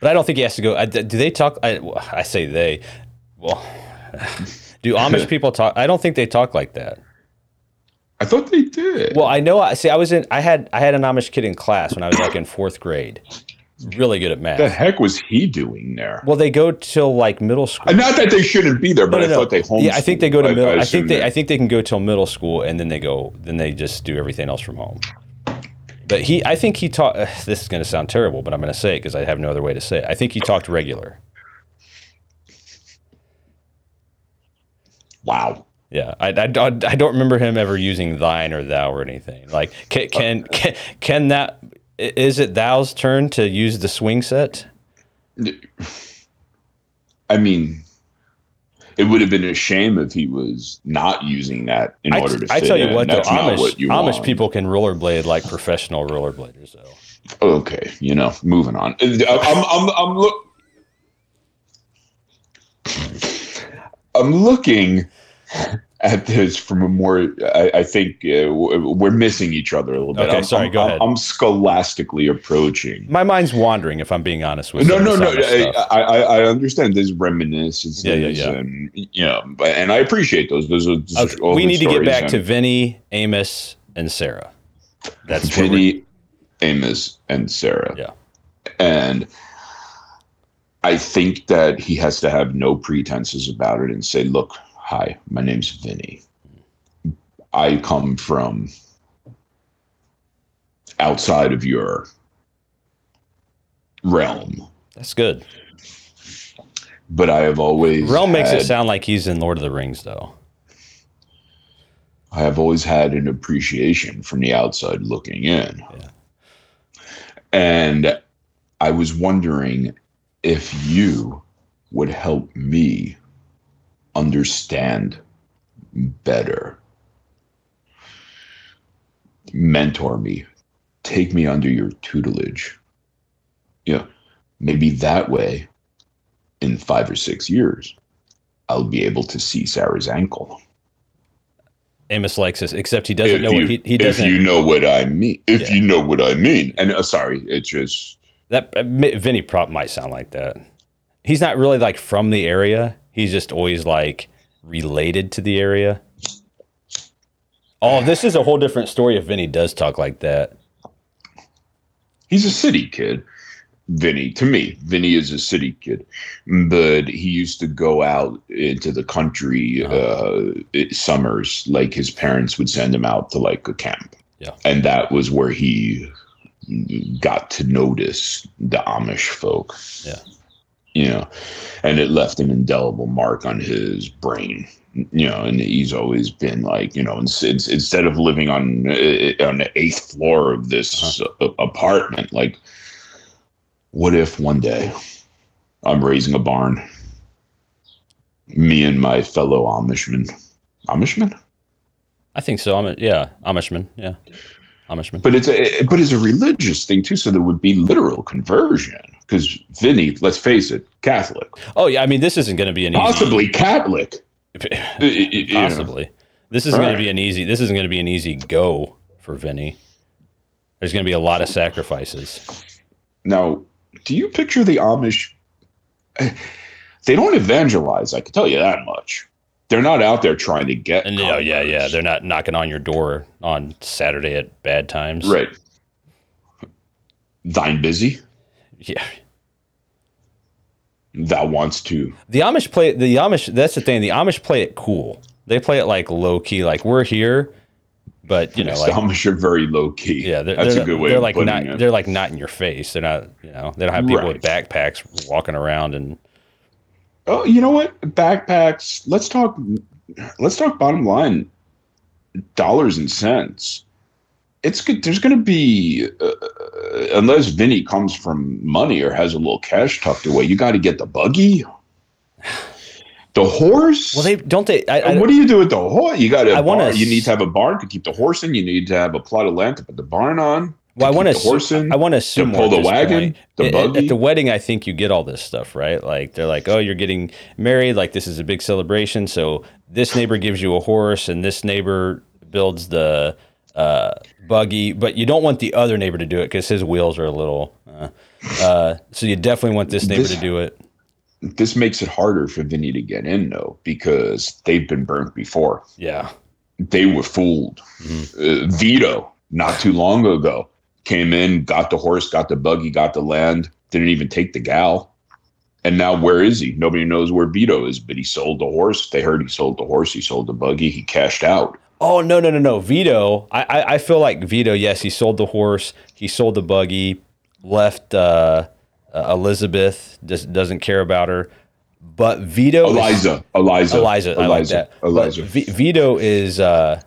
Speaker 2: But I don't think he has to go. I, do they talk? I, I say they. Well, <laughs> do <laughs> Amish people talk? I don't think they talk like that.
Speaker 1: I thought they did.
Speaker 2: Well, I know. I see. I was in. I had. I had an Amish kid in class when I was like in fourth grade. Really good at
Speaker 1: the
Speaker 2: math.
Speaker 1: heck was he doing there?
Speaker 2: Well, they go till like middle school.
Speaker 1: Uh, Not that they shouldn't be there, but
Speaker 2: No,
Speaker 1: I
Speaker 2: no, no.
Speaker 1: thought they homeschooled.
Speaker 2: Yeah, I think they go to middle. I,
Speaker 1: assume
Speaker 2: think they.
Speaker 1: that-
Speaker 2: I think they can go till middle school, and then they go. Then they just do everything else from home. But he, I think he taught. <sighs> this is going to sound terrible, but I'm going to say it because I have no other way to say it. I think he talked regular.
Speaker 1: wow.
Speaker 2: Yeah, I, I, don't- I don't remember him ever using thine or thou or anything. Like,
Speaker 1: Uh,
Speaker 2: can can can, can that i- is it thou's turn to use the swing set?
Speaker 1: I mean, it would have been a shame if he was not using that in
Speaker 2: I,
Speaker 1: order to.
Speaker 2: I
Speaker 1: fit
Speaker 2: tell you
Speaker 1: in.
Speaker 2: what, though,
Speaker 1: That's not
Speaker 2: Amish
Speaker 1: what you
Speaker 2: Amish
Speaker 1: want.
Speaker 2: people can rollerblade like professional rollerbladers, though.
Speaker 1: okay, you know, moving on. Uh, I'm, I'm, I'm, look, I'm looking at this from a more. I, I think uh, w- we're missing each other a little bit.
Speaker 2: Okay,
Speaker 1: I'm,
Speaker 2: sorry,
Speaker 1: I'm,
Speaker 2: go
Speaker 1: I'm,
Speaker 2: ahead.
Speaker 1: I'm scholastically approaching.
Speaker 2: My mind's wandering, if I'm being honest with
Speaker 1: No,
Speaker 2: you.
Speaker 1: no, no. I,
Speaker 2: Amish stuff.
Speaker 1: I, I I understand there's reminiscences.
Speaker 2: Yeah, yeah, yeah.
Speaker 1: And, you know, but- and I appreciate those. Those are
Speaker 2: Okay,
Speaker 1: just all
Speaker 2: we
Speaker 1: the
Speaker 2: need to get
Speaker 1: stories
Speaker 2: back
Speaker 1: and-
Speaker 2: to Vinny, Amos, and Sarah. That's where we're-
Speaker 1: Vinny, Amos, and Sarah.
Speaker 2: Yeah.
Speaker 1: And I think that he has to have no pretenses about it and say, look, hi, my name's Vinny. I come from outside of your realm,
Speaker 2: that's good.
Speaker 1: but I have always
Speaker 2: Realm makes it
Speaker 1: had-
Speaker 2: sound like he's in Lord of the Rings, though.
Speaker 1: I have always had an appreciation from the outside looking in.
Speaker 2: Yeah.
Speaker 1: And I was wondering if you would help me understand better, mentor me, take me under your tutelage. You know, maybe that way, in five or six years, I'll be able to see Sarah's ankle.
Speaker 2: Amos likes this, except he doesn't know
Speaker 1: you,
Speaker 2: what he, he
Speaker 1: if
Speaker 2: doesn't.
Speaker 1: you know what I mean. If
Speaker 2: Yeah.
Speaker 1: you know what I mean. And uh, sorry, it's just
Speaker 2: That uh, Mi- Vinny Prop might sound like that. He's not really like from the area. He's just always like related to the area. Oh, this is a whole different story if Vinny does talk like that.
Speaker 1: he's a city kid. Vinny, to me, Vinny is a city kid, but he used to go out into the country
Speaker 2: Uh-huh.
Speaker 1: uh, it- summers. Like his parents would send him out to like a camp,
Speaker 2: Yeah.
Speaker 1: and that was where he got to notice the Amish folk.
Speaker 2: Yeah.
Speaker 1: you know, and it left an indelible mark on his brain. You know, and he's always been like, you know, ins- ins- instead of living on uh, on the eighth floor of this uh, apartment, like what if one day I'm raising a barn? Me and my fellow Amishman. Amishman?
Speaker 2: I think so. I'm a, yeah, Amishman. Yeah, Amishman.
Speaker 1: But it's a but it's a religious thing too, so there would be literal conversion. because Vinny, let's face it, Catholic,
Speaker 2: Oh yeah, I mean this isn't going to be an
Speaker 1: possibly Catholic.
Speaker 2: easy
Speaker 1: Y- y- you know.
Speaker 2: <laughs> possibly. This isn't going
Speaker 1: Right.
Speaker 2: to be an easy. This isn't going to be an easy go for Vinny. There's going to be a lot of sacrifices.
Speaker 1: Now, do you picture the Amish? <sighs> They don't evangelize. I can tell you that much. They're not out there trying to get.
Speaker 2: And yeah, yeah,
Speaker 1: converts.
Speaker 2: yeah. They're not knocking on your door on Saturday at bad times.
Speaker 1: right. Thine busy.
Speaker 2: Yeah.
Speaker 1: Thou wants to.
Speaker 2: The Amish play the Amish. That's the thing. The Amish play it cool. They play it like low key. Like we're here, but
Speaker 1: <laughs>
Speaker 2: you know,
Speaker 1: Yes,
Speaker 2: like
Speaker 1: the Amish are very low key.
Speaker 2: yeah, they're,
Speaker 1: that's
Speaker 2: they're,
Speaker 1: a good way.
Speaker 2: They're
Speaker 1: of
Speaker 2: like
Speaker 1: putting
Speaker 2: not.
Speaker 1: it.
Speaker 2: They're like not in your face. They're not. You know, they don't have people with backpacks walking around and
Speaker 1: Oh, you know what? Backpacks. Let's talk. Let's talk bottom line, dollars and cents. It's good. There's going to be, uh, unless Vinny comes from money or has a little cash tucked away, you got to get the buggy, <sighs> the horse.
Speaker 2: Well, they don't they. I, I,
Speaker 1: And what do you do with the horse? You got to.
Speaker 2: I wanna
Speaker 1: You need
Speaker 2: s-
Speaker 1: to have a barn to keep the horse in. You need to have a plot of land to put the barn on.
Speaker 2: well, I
Speaker 1: keep
Speaker 2: want
Speaker 1: the horse in,
Speaker 2: I want to assume
Speaker 1: to
Speaker 2: more
Speaker 1: pull the
Speaker 2: at this
Speaker 1: wagon,
Speaker 2: point.
Speaker 1: the
Speaker 2: At- at,
Speaker 1: buggy.
Speaker 2: at the wedding. I think you get all this stuff right. Like they're like, oh, you're getting married. Like this is a big celebration. So this neighbor gives you a horse, and this neighbor builds the uh, buggy. But you don't want the other neighbor to do it because his wheels are a little. Uh, uh, so you definitely want this neighbor
Speaker 1: This-
Speaker 2: to do it.
Speaker 1: this makes it harder for Vinny to get in though because they've been burnt before.
Speaker 2: Yeah. Mm-hmm.
Speaker 1: they were fooled. Uh, Vito, not too long ago, came in, got the horse, got the buggy, got the land, didn't even take the gal. And now, where is he? Nobody knows where Vito is, but he sold the horse. They heard he sold the horse, he sold the buggy, he cashed out.
Speaker 2: Oh no no no no Vito! I, I I feel like Vito. Yes, he sold the horse. He sold the buggy. Left uh, uh, Elizabeth. Just doesn't care about her. But Vito, Oh, is-
Speaker 1: Eliza, Eliza,
Speaker 2: Eliza, I like that. But
Speaker 1: Eliza.
Speaker 2: V- Vito is uh,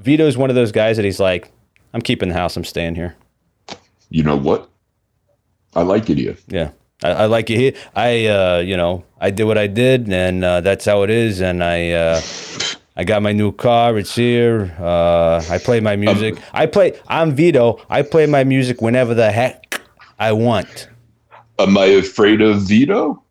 Speaker 2: Vito is one of those guys that he's like, I'm keeping the house. I'm staying here.
Speaker 1: You know what? I like it here.
Speaker 2: Yeah, I, I like it here. I uh, you know I did what I did, and uh, that's how it is. And I uh, I got my new car. It's here. Uh, I play my music. I play. I'm Vito. I play my music whenever the heck I want.
Speaker 1: Am I afraid of Vito?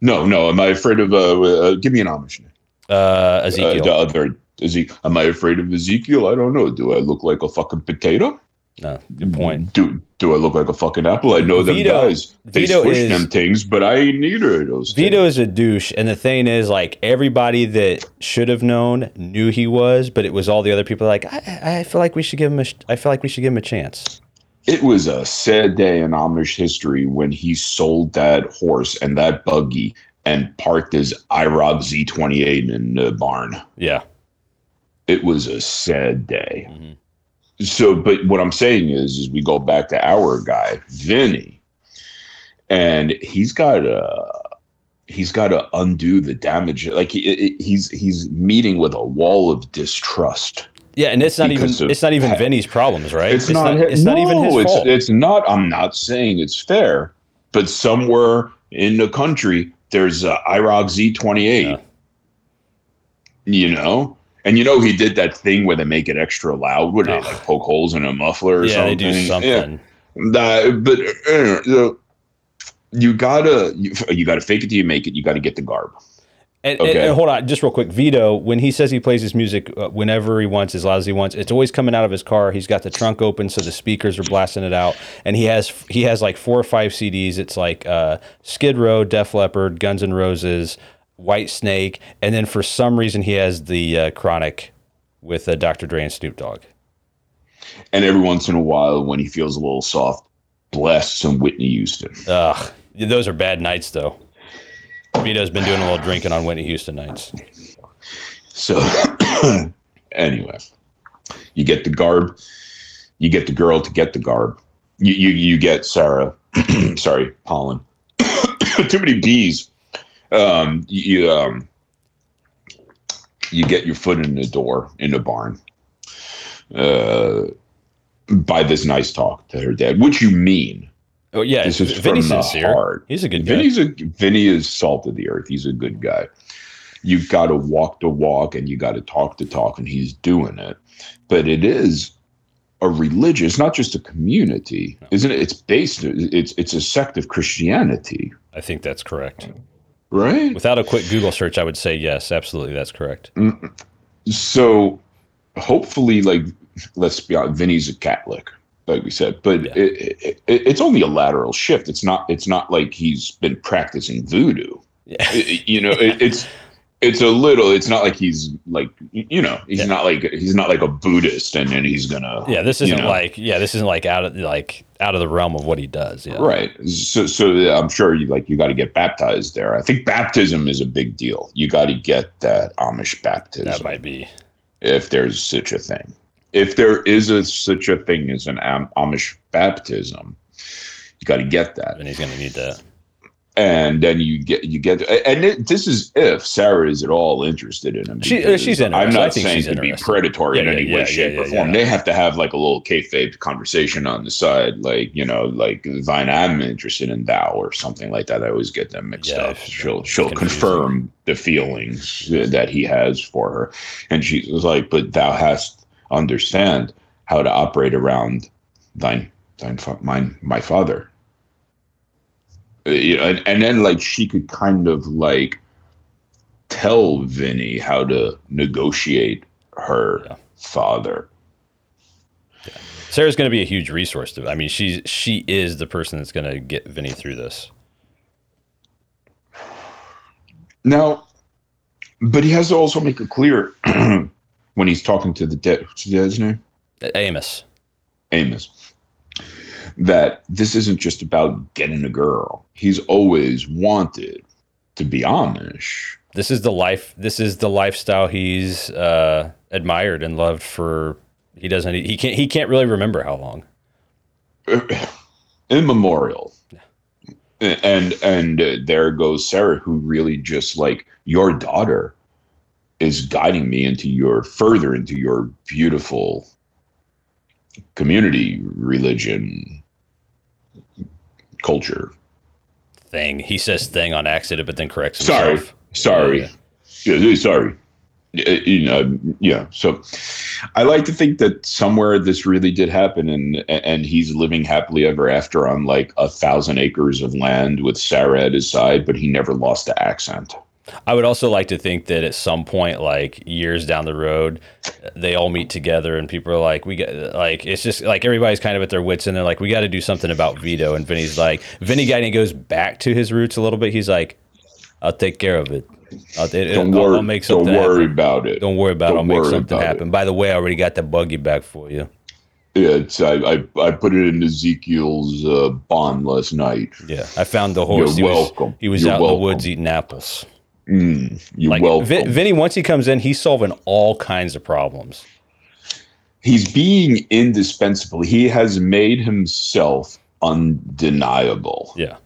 Speaker 1: No, no. Am I afraid of? Uh, uh, give me an Amish name.
Speaker 2: Uh,
Speaker 1: uh,
Speaker 2: Ezekiel.
Speaker 1: the other Ezekiel. Am I afraid of Ezekiel? I don't know. Do I look like a fucking potato?
Speaker 2: no, good point.
Speaker 1: Do do I look like a fucking apple? I know them
Speaker 2: Vito-
Speaker 1: guys. They
Speaker 2: Vito
Speaker 1: squish
Speaker 2: is-
Speaker 1: them things, but I ain't either of those.
Speaker 2: Vito
Speaker 1: things.
Speaker 2: is a douche, and the thing is, like everybody that should have known knew he was, but it was all the other people. Like I, I feel like we should give him a, sh- I feel like we should give him a chance.
Speaker 1: It was a sad day in Amish history when he sold that horse and that buggy and parked his IROG Z28 in the barn.
Speaker 2: Yeah,
Speaker 1: It was a sad day.
Speaker 2: Mhm.
Speaker 1: so but what i'm saying is is we go back to our guy vinny and he's got to he's got to undo the damage like he, he- he's he's meeting with a wall of distrust
Speaker 2: yeah, and it's not
Speaker 1: Because
Speaker 2: even,
Speaker 1: of
Speaker 2: it's not even
Speaker 1: Pat.
Speaker 2: Vinny's problems, right?
Speaker 1: it's, not, hi-
Speaker 2: it's not
Speaker 1: no,
Speaker 2: even his
Speaker 1: it's,
Speaker 2: fault.
Speaker 1: it's not i'm not saying it's fair but somewhere in the country there's a irog z28
Speaker 2: Yeah.
Speaker 1: you know and you know he did that thing where they make it extra loud where they
Speaker 2: Ugh.
Speaker 1: like poke holes in a muffler or
Speaker 2: Oh. yeah, they
Speaker 1: something
Speaker 2: do
Speaker 1: Yeah.
Speaker 2: something.
Speaker 1: That, but uh, you, know, you gotta you, you gotta fake it till you make it. You gotta get the garb.
Speaker 2: And, and-
Speaker 1: Okay.
Speaker 2: and hold on, just real quick, Vito, when he says he plays his music uh, whenever he wants, as loud as he wants, it's always coming out of his car. He's got the trunk open, so the speakers are blasting it out, and he has he has like four or five CDs. It's like uh, Skid Row, Def Leppard, Guns N' Roses, White Snake, and then for some reason he has the uh, Chronic with uh, Dr. Dre and Snoop Dogg.
Speaker 1: And every once in a while, when he feels a little soft, blast some Whitney Houston.
Speaker 2: Ugh, those are bad nights though. Vito's been doing a little drinking on Whitney Houston nights.
Speaker 1: So <coughs> anyway, you get the garb. You get the girl to get the garb. You you, you get Sarah. <coughs> sorry, pollen. <coughs> Too many bees. Um, you you, um, you get your foot in the door in the barn. Uh, by this nice talk to her dad, which you mean?
Speaker 2: Oh yeah,
Speaker 1: This is
Speaker 2: Vinny's
Speaker 1: from the
Speaker 2: sincere.
Speaker 1: heart.
Speaker 2: He's a good guy.
Speaker 1: Vinny's a Vinny is salt of the earth. He's a good guy. You've got to walk the walk and you got to talk the talk, and he's doing it. But it is a religion. It's not just a community, isn't it? It's based. It's it's a sect of Christianity,
Speaker 2: I think that's correct.
Speaker 1: right?
Speaker 2: Without a quick Google search, I would say yes, absolutely, that's correct.
Speaker 1: So, hopefully, like let's be honest, Vinny's a Catholic, like we said, but
Speaker 2: Yeah.
Speaker 1: it, it, it, it's only a lateral shift. It's not. It's not like he's been practicing voodoo.
Speaker 2: Yeah.
Speaker 1: It- you know, it, it's it's a little. It's not like he's like you know he's
Speaker 2: Yeah.
Speaker 1: not like he's not like a Buddhist, and then he's gonna
Speaker 2: Yeah, this
Speaker 1: You
Speaker 2: isn't
Speaker 1: know.
Speaker 2: like yeah, this isn't like out of like out of the realm of what he does. Yeah.
Speaker 1: Right. So, so yeah, I'm sure you like you got to get baptized there. I think baptism is a big deal. You got to get that Amish baptism
Speaker 2: That might be.
Speaker 1: if there's such a thing. If there is a, such a thing as an Am- Amish baptism, you got to get that,
Speaker 2: And he's gonna need that.
Speaker 1: and then you get you get. And it, this is if Sarah is at all interested in him.
Speaker 2: She- uh,
Speaker 1: because
Speaker 2: she's
Speaker 1: I'm
Speaker 2: interested.
Speaker 1: not
Speaker 2: I think
Speaker 1: saying
Speaker 2: she's
Speaker 1: to be
Speaker 2: interested.
Speaker 1: predatory
Speaker 2: Yeah,
Speaker 1: in
Speaker 2: yeah,
Speaker 1: any
Speaker 2: yeah,
Speaker 1: way,
Speaker 2: yeah,
Speaker 1: shape,
Speaker 2: yeah,
Speaker 1: or form.
Speaker 2: yeah.
Speaker 1: They have to have like a little kayfabe conversation on the side, like you know, like thine I'm interested in thou or something like that. I always get them mixed
Speaker 2: Yeah,
Speaker 1: up.
Speaker 2: it's
Speaker 1: She'll she'll
Speaker 2: confusing.
Speaker 1: confirm the feelings that he has for her, and she was like, "But thou hast understand how to operate around thine thine fa- mine my father." Uh, You know, and, and then like she could kind of like tell Vinny how to negotiate her
Speaker 2: Yeah.
Speaker 1: father.
Speaker 2: Sarah's gonna be a huge resource to I mean, she's she is the person that's gonna get Vinny through this.
Speaker 1: Now, but he has to also make it clear <clears throat> when he's talking to the dead. What's the dad's name?
Speaker 2: Amos.
Speaker 1: Amos. That this isn't just about getting a girl. He's always wanted to be Amish. <clears throat>
Speaker 2: This is the life this is the lifestyle he's uh admired and loved for he doesn't he can't he can't really remember how long.
Speaker 1: immemorial. And and uh, there goes Sarah, who really just like your daughter is guiding me into your further into your beautiful community religion culture.
Speaker 2: Thing. He says thing on accident but then corrects
Speaker 1: Sorry.
Speaker 2: himself.
Speaker 1: Sorry,
Speaker 2: Yeah.
Speaker 1: Yeah, sorry. Uh, You know, yeah. So, I like to think that somewhere this really did happen, and and he's living happily ever after on like a thousand acres of land with Sarah at his side, but he never lost the accent.
Speaker 2: I would also like to think that at some point, like years down the road, they all meet together and people are like, we got like, it's just like everybody's kind of at their wits and they're like, we got to do something about Vito. And Vinny's like, Vinny guy, and he goes back to his roots a little bit. He's like, I'll take care of it. I'll, it- it-
Speaker 1: Don't
Speaker 2: I'll-
Speaker 1: worry.
Speaker 2: I'll make
Speaker 1: don't
Speaker 2: something
Speaker 1: worry
Speaker 2: happen.
Speaker 1: about it.
Speaker 2: Don't worry about it.
Speaker 1: don't
Speaker 2: I'll make
Speaker 1: worry
Speaker 2: something
Speaker 1: about it.
Speaker 2: happen. By the way, I already got that buggy back for you.
Speaker 1: Yeah, it's, I, I I put it in Ezekiel's uh, bond last night.
Speaker 2: Yeah. I found the horse.
Speaker 1: You're
Speaker 2: he
Speaker 1: welcome.
Speaker 2: was, he was
Speaker 1: You're
Speaker 2: out in
Speaker 1: welcome.
Speaker 2: the woods eating apples.
Speaker 1: Mm, you
Speaker 2: Like
Speaker 1: welcome.
Speaker 2: Vin, Vinny, once he comes in, he's solving all kinds of problems.
Speaker 1: he's being indispensable. He has made himself undeniable.
Speaker 2: Yeah.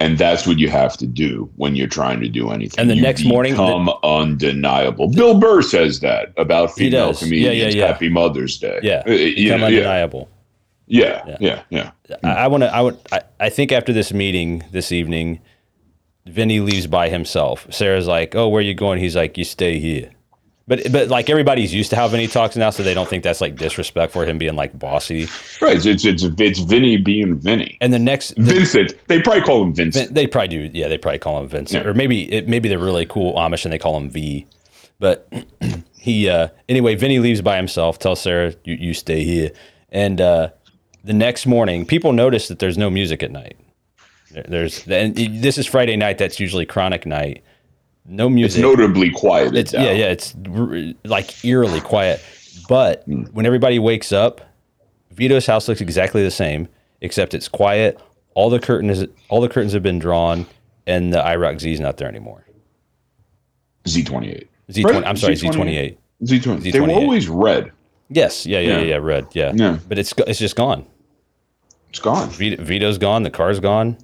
Speaker 1: and that's what you have to do when you're trying to do anything.
Speaker 2: And the
Speaker 1: You
Speaker 2: next morning-
Speaker 1: become undeniable. Bill Burr says that about
Speaker 2: He
Speaker 1: female
Speaker 2: does. Yeah,
Speaker 1: comedians.
Speaker 2: yeah, yeah.
Speaker 1: Happy Mother's Day.
Speaker 2: Yeah.
Speaker 1: Uh, you
Speaker 2: Become
Speaker 1: know, yeah,
Speaker 2: undeniable.
Speaker 1: yeah,
Speaker 2: Yeah.
Speaker 1: yeah, yeah, yeah.
Speaker 2: I, I want to. I would. I, I think after this meeting this evening, Vinny leaves by himself. Sarah's like, "Oh, where you going?" He's like, "You stay here." But but like everybody's used to how Vinny talks now, so they don't think that's like disrespectful him being like bossy.
Speaker 1: Right. It's it's it's, it's Vinny being Vinny.
Speaker 2: And the next. the-
Speaker 1: Vincent. They probably call him Vincent.
Speaker 2: Vin- they probably do. Yeah, they probably call him Vincent,
Speaker 1: Yeah.
Speaker 2: or maybe it, maybe they're really cool Amish and they call him V. But <clears throat> he uh, anyway, Vinny leaves by himself. Tells Sarah, "You you stay here." And uh, the next morning, people notice that there's no music at night. There- There's and it- this is Friday night. That's usually chronic night. No
Speaker 1: It's
Speaker 2: music.
Speaker 1: notably quieted
Speaker 2: It's-
Speaker 1: down.
Speaker 2: yeah, yeah. It's r- like eerily quiet. But when everybody wakes up, Vito's house looks exactly the same, except it's quiet. All the curtains, all the curtains have been drawn, and the IROC Z is not there anymore.
Speaker 1: Z twenty eight.
Speaker 2: Z twenty.
Speaker 1: Right,
Speaker 2: I'm sorry, Z
Speaker 1: Z28.
Speaker 2: twenty eight.
Speaker 1: Z twenty. They were
Speaker 2: Z28.
Speaker 1: always red.
Speaker 2: Yes, yeah, yeah,
Speaker 1: Yeah.
Speaker 2: yeah, yeah, red, yeah.
Speaker 1: Yeah.
Speaker 2: But it's go- it's just gone.
Speaker 1: It's gone.
Speaker 2: Vito, Vito's gone. The car's gone.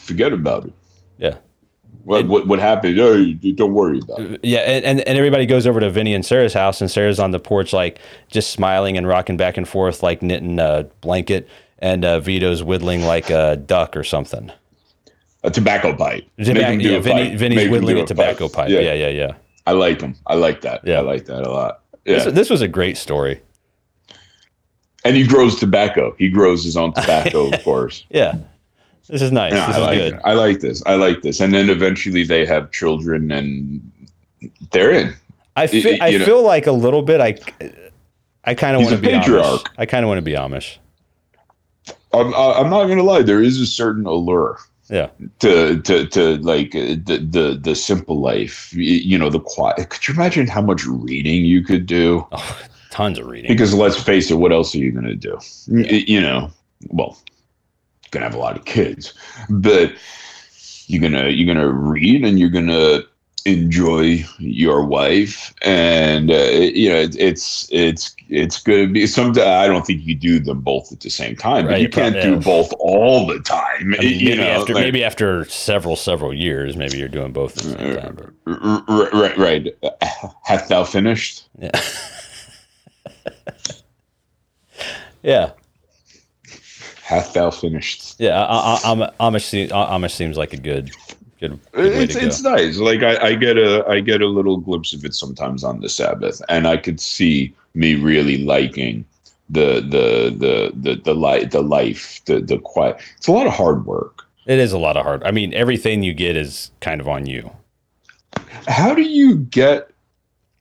Speaker 1: Forget about it.
Speaker 2: Yeah,
Speaker 1: What what what happened? Oh, you- don't worry about it.
Speaker 2: yeah. And, and and everybody goes over to Vinny and Sarah's house, and Sarah's on the porch, like just smiling and rocking back and forth, like knitting a blanket. And uh, Vito's whittling like a duck or something.
Speaker 1: A tobacco pipe. Make
Speaker 2: Tobacco,
Speaker 1: him do
Speaker 2: yeah,
Speaker 1: a
Speaker 2: Vinny,
Speaker 1: pipe.
Speaker 2: Vinny's
Speaker 1: Make him
Speaker 2: whittling
Speaker 1: do
Speaker 2: a tobacco pipe. Yeah, yeah, yeah.
Speaker 1: I like him. I like that.
Speaker 2: Yeah.
Speaker 1: I like that a lot. Yeah.
Speaker 2: This, this was a great story.
Speaker 1: And he grows tobacco. He grows his own tobacco,
Speaker 2: <laughs>
Speaker 1: of course.
Speaker 2: Yeah. This is nice.
Speaker 1: Yeah,
Speaker 2: this
Speaker 1: I
Speaker 2: is
Speaker 1: like
Speaker 2: good.
Speaker 1: it. I like this. I like this. And then eventually they have children and they're in.
Speaker 2: I feel,
Speaker 1: y-
Speaker 2: I
Speaker 1: you know-
Speaker 2: feel like a little bit. I, I kind of
Speaker 1: He's
Speaker 2: want
Speaker 1: a
Speaker 2: to be Amish.
Speaker 1: patriarch.
Speaker 2: I kind of want to be Amish.
Speaker 1: I'm, I- I'm not going to lie. There is a certain allure
Speaker 2: Yeah.
Speaker 1: to to to like uh, the the, the simple life. Y- You know, the quiet. Could you imagine how much reading you could do?
Speaker 2: Oh, <laughs> tons of reading.
Speaker 1: Because let's face it, what else are you going to do? Y- You know, well, going to have a lot of kids, but you're going to you're going to read and you're going to enjoy your wife and uh, you know it, it's it's it's going to be some i don't think you do them both at the same time but
Speaker 2: Right,
Speaker 1: you can't
Speaker 2: probably-
Speaker 1: do both all the time
Speaker 2: I mean,
Speaker 1: you
Speaker 2: maybe
Speaker 1: know
Speaker 2: after
Speaker 1: like-
Speaker 2: maybe after several several years, maybe you're doing both at the same time. but-
Speaker 1: R- r- right right hath thou finished
Speaker 2: Yeah. yeah.
Speaker 1: hath thou finished
Speaker 2: Yeah. I, I, I'm- Amish, se- uh, Amish seems like a good, good, good way
Speaker 1: it's,
Speaker 2: to go.
Speaker 1: it's nice like I, I get a i get a little glimpse of it sometimes on the sabbath and i could see me really liking the the the the the, li- the life the the quiet it's a lot of hard work
Speaker 2: It is a lot of hard. I mean, everything you get is kind of on you.
Speaker 1: how do you get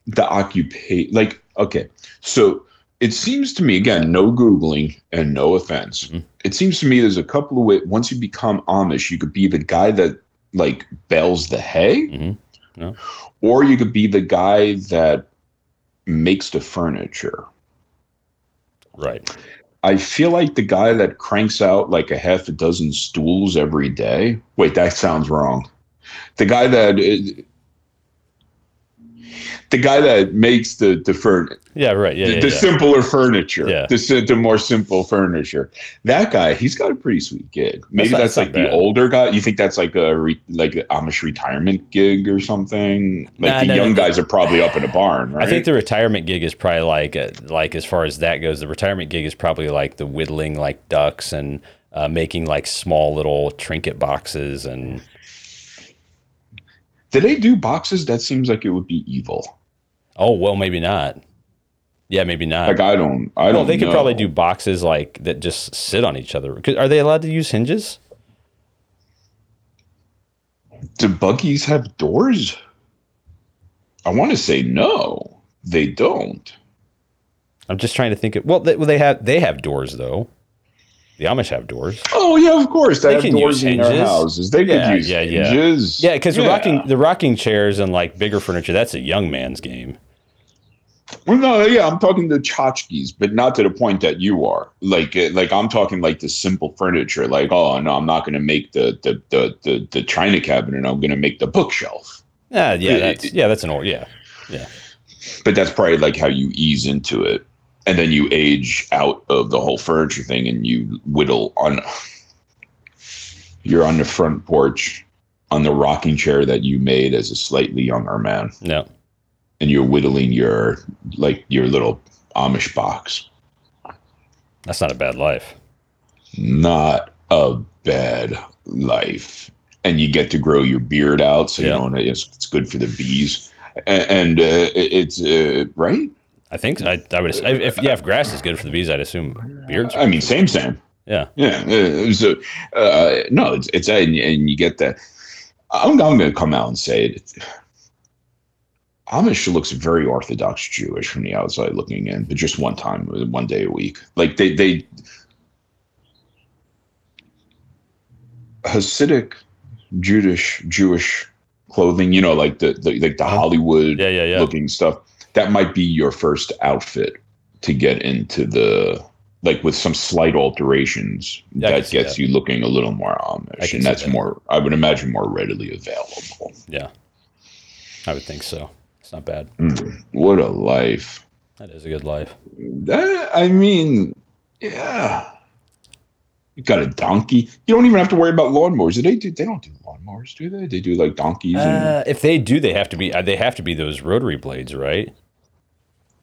Speaker 1: the occupation like okay so it seems to me again no googling and no offense
Speaker 2: Mhm.
Speaker 1: it seems to me there's a couple of ways once you become amish you could be the guy that like bales the hay
Speaker 2: hmm
Speaker 1: or you could be the guy that makes the furniture.
Speaker 2: Right.
Speaker 1: I feel like the guy that cranks out like a half a dozen stools every day. Wait, that sounds wrong. The guy that uh, the guy that makes the the furniture,
Speaker 2: Yeah. Right. Yeah. Yeah.
Speaker 1: the
Speaker 2: yeah.
Speaker 1: simpler furniture,
Speaker 2: Yeah.
Speaker 1: the si- the more simple furniture. That guy, he's got a pretty sweet gig. Maybe
Speaker 2: not-
Speaker 1: that's,
Speaker 2: that's not
Speaker 1: like the
Speaker 2: bad.
Speaker 1: older guy. You think that's like a re, like an Amish retirement gig or something? Like
Speaker 2: Nah,
Speaker 1: the
Speaker 2: no,
Speaker 1: young
Speaker 2: no.
Speaker 1: guys are probably up in a barn, right?
Speaker 2: I think the retirement gig is probably like uh, like as far as that goes, the retirement gig is probably like the whittling like ducks and uh, making like small little trinket boxes and
Speaker 1: Did they do boxes? That seems like it would be evil.
Speaker 2: oh well maybe not. Yeah, maybe not.
Speaker 1: Like I don't, I
Speaker 2: Uh, well,
Speaker 1: don't.
Speaker 2: they could
Speaker 1: know.
Speaker 2: probably do boxes like that just sit on each other. 'Cause- Are they allowed to use hinges?
Speaker 1: Do buggies have doors? I want to say no, they don't.
Speaker 2: I'm just trying to think. Of, well, they, well, they have they have doors though. The Amish have doors.
Speaker 1: Oh yeah, of course they,
Speaker 2: They
Speaker 1: have
Speaker 2: can
Speaker 1: doors
Speaker 2: use
Speaker 1: in their
Speaker 2: hinges.
Speaker 1: houses. They
Speaker 2: Yeah,
Speaker 1: could use
Speaker 2: yeah, yeah.
Speaker 1: hinges.
Speaker 2: Yeah, because the rocking the rocking chairs and like bigger furniture that's a young man's game.
Speaker 1: Well, no, yeah, I'm talking the tchotchkes, but not to the point that you are. Like, uh, like I'm talking like the simple furniture. Like, oh no, I'm not going to make the the the the, the china cabinet. I'm going to make the bookshelf.
Speaker 2: Yeah, Ah, yeah,
Speaker 1: It-
Speaker 2: that's,
Speaker 1: it-
Speaker 2: yeah, that's an old yeah.
Speaker 1: but that's probably like how you ease into it and then you age out of the whole furniture thing and you whittle on you're on the front porch on the rocking chair that you made as a slightly younger man
Speaker 2: No,
Speaker 1: and you're whittling your like your little amish box
Speaker 2: That's not a bad life.
Speaker 1: not a bad life and you get to grow your beard out so
Speaker 2: Yeah.
Speaker 1: you know and it's, it's good for the bees A- and, uh, it- it's uh, right
Speaker 2: I think I, I would I- if yeah if grass is good for the bees, I'd assume beards. Are
Speaker 1: I mean, same, same.
Speaker 2: Yeah.
Speaker 1: Yeah. uh, so, uh, no, it's, it's and, and you get that. I'm, I'm going to come out and say it. Amish looks very Orthodox Jewish from the outside looking in, but just one time, one day a week. Like they, they, Hasidic, Judish, Jewish clothing, you know, like the, the like the Hollywood
Speaker 2: yeah, yeah, yeah.
Speaker 1: looking stuff. That might be your first outfit to get into the like with some slight alterations
Speaker 2: Yeah, I can
Speaker 1: that
Speaker 2: see
Speaker 1: gets you looking a little more
Speaker 2: I
Speaker 1: Amish,
Speaker 2: can
Speaker 1: and
Speaker 2: see
Speaker 1: that's
Speaker 2: that.
Speaker 1: more I would imagine more readily available.
Speaker 2: yeah, I would think so. It's not bad.
Speaker 1: Mm, what a life!
Speaker 2: That is a good life.
Speaker 1: That I mean, yeah. You got a donkey. You don't even have to worry about lawnmowers. Do they do? They don't do lawnmowers, do they? They do like donkeys and
Speaker 2: Uh, if they do, they have to be uh, they have to be those rotary blades, right?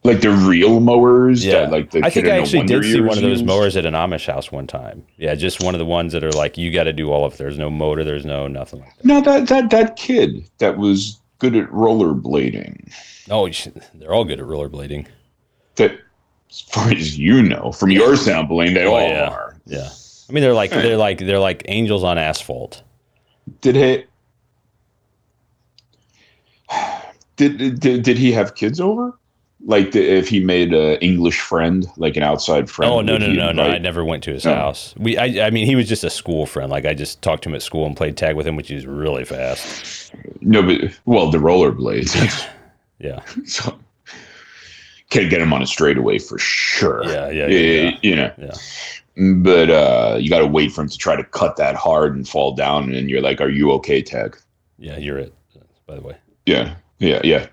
Speaker 1: like the real mowers.
Speaker 2: Yeah.
Speaker 1: that, like the
Speaker 2: I
Speaker 1: kid
Speaker 2: think
Speaker 1: in
Speaker 2: I
Speaker 1: the
Speaker 2: actually
Speaker 1: Wonder
Speaker 2: did see
Speaker 1: Years
Speaker 2: one of those
Speaker 1: used.
Speaker 2: mowers at an Amish house one time. Yeah, just one of the ones that are like you got to do all of it. There's no motor. There's no nothing like that.
Speaker 1: No, that that that kid that was good at rollerblading.
Speaker 2: Oh, you should- they're all good at rollerblading.
Speaker 1: That as far as you know, from your sampling, they
Speaker 2: Oh,
Speaker 1: all
Speaker 2: yeah.
Speaker 1: are.
Speaker 2: Yeah. I mean, they're like they're like they're like angels on asphalt.
Speaker 1: Did he? <sighs> Did, did did he have kids over? Like the, if he made an English friend, like an outside friend?
Speaker 2: Oh no
Speaker 1: would
Speaker 2: no
Speaker 1: he
Speaker 2: no no! I
Speaker 1: invite-
Speaker 2: never went to his
Speaker 1: No.
Speaker 2: house. We I, I mean he was just a school friend. Like I just talked to him at school and played tag with him, which is really fast.
Speaker 1: no, but well, the rollerblades. <laughs>
Speaker 2: Yeah
Speaker 1: so, can get him on a straightaway for sure.
Speaker 2: yeah yeah yeah.
Speaker 1: Y-
Speaker 2: yeah.
Speaker 1: You know.
Speaker 2: Yeah.
Speaker 1: But uh, you got to wait for him to try to cut that hard and fall down, and you're like, "Are you okay, Tag?"
Speaker 2: Yeah, you're it. By the way,
Speaker 1: Yeah, yeah, yeah.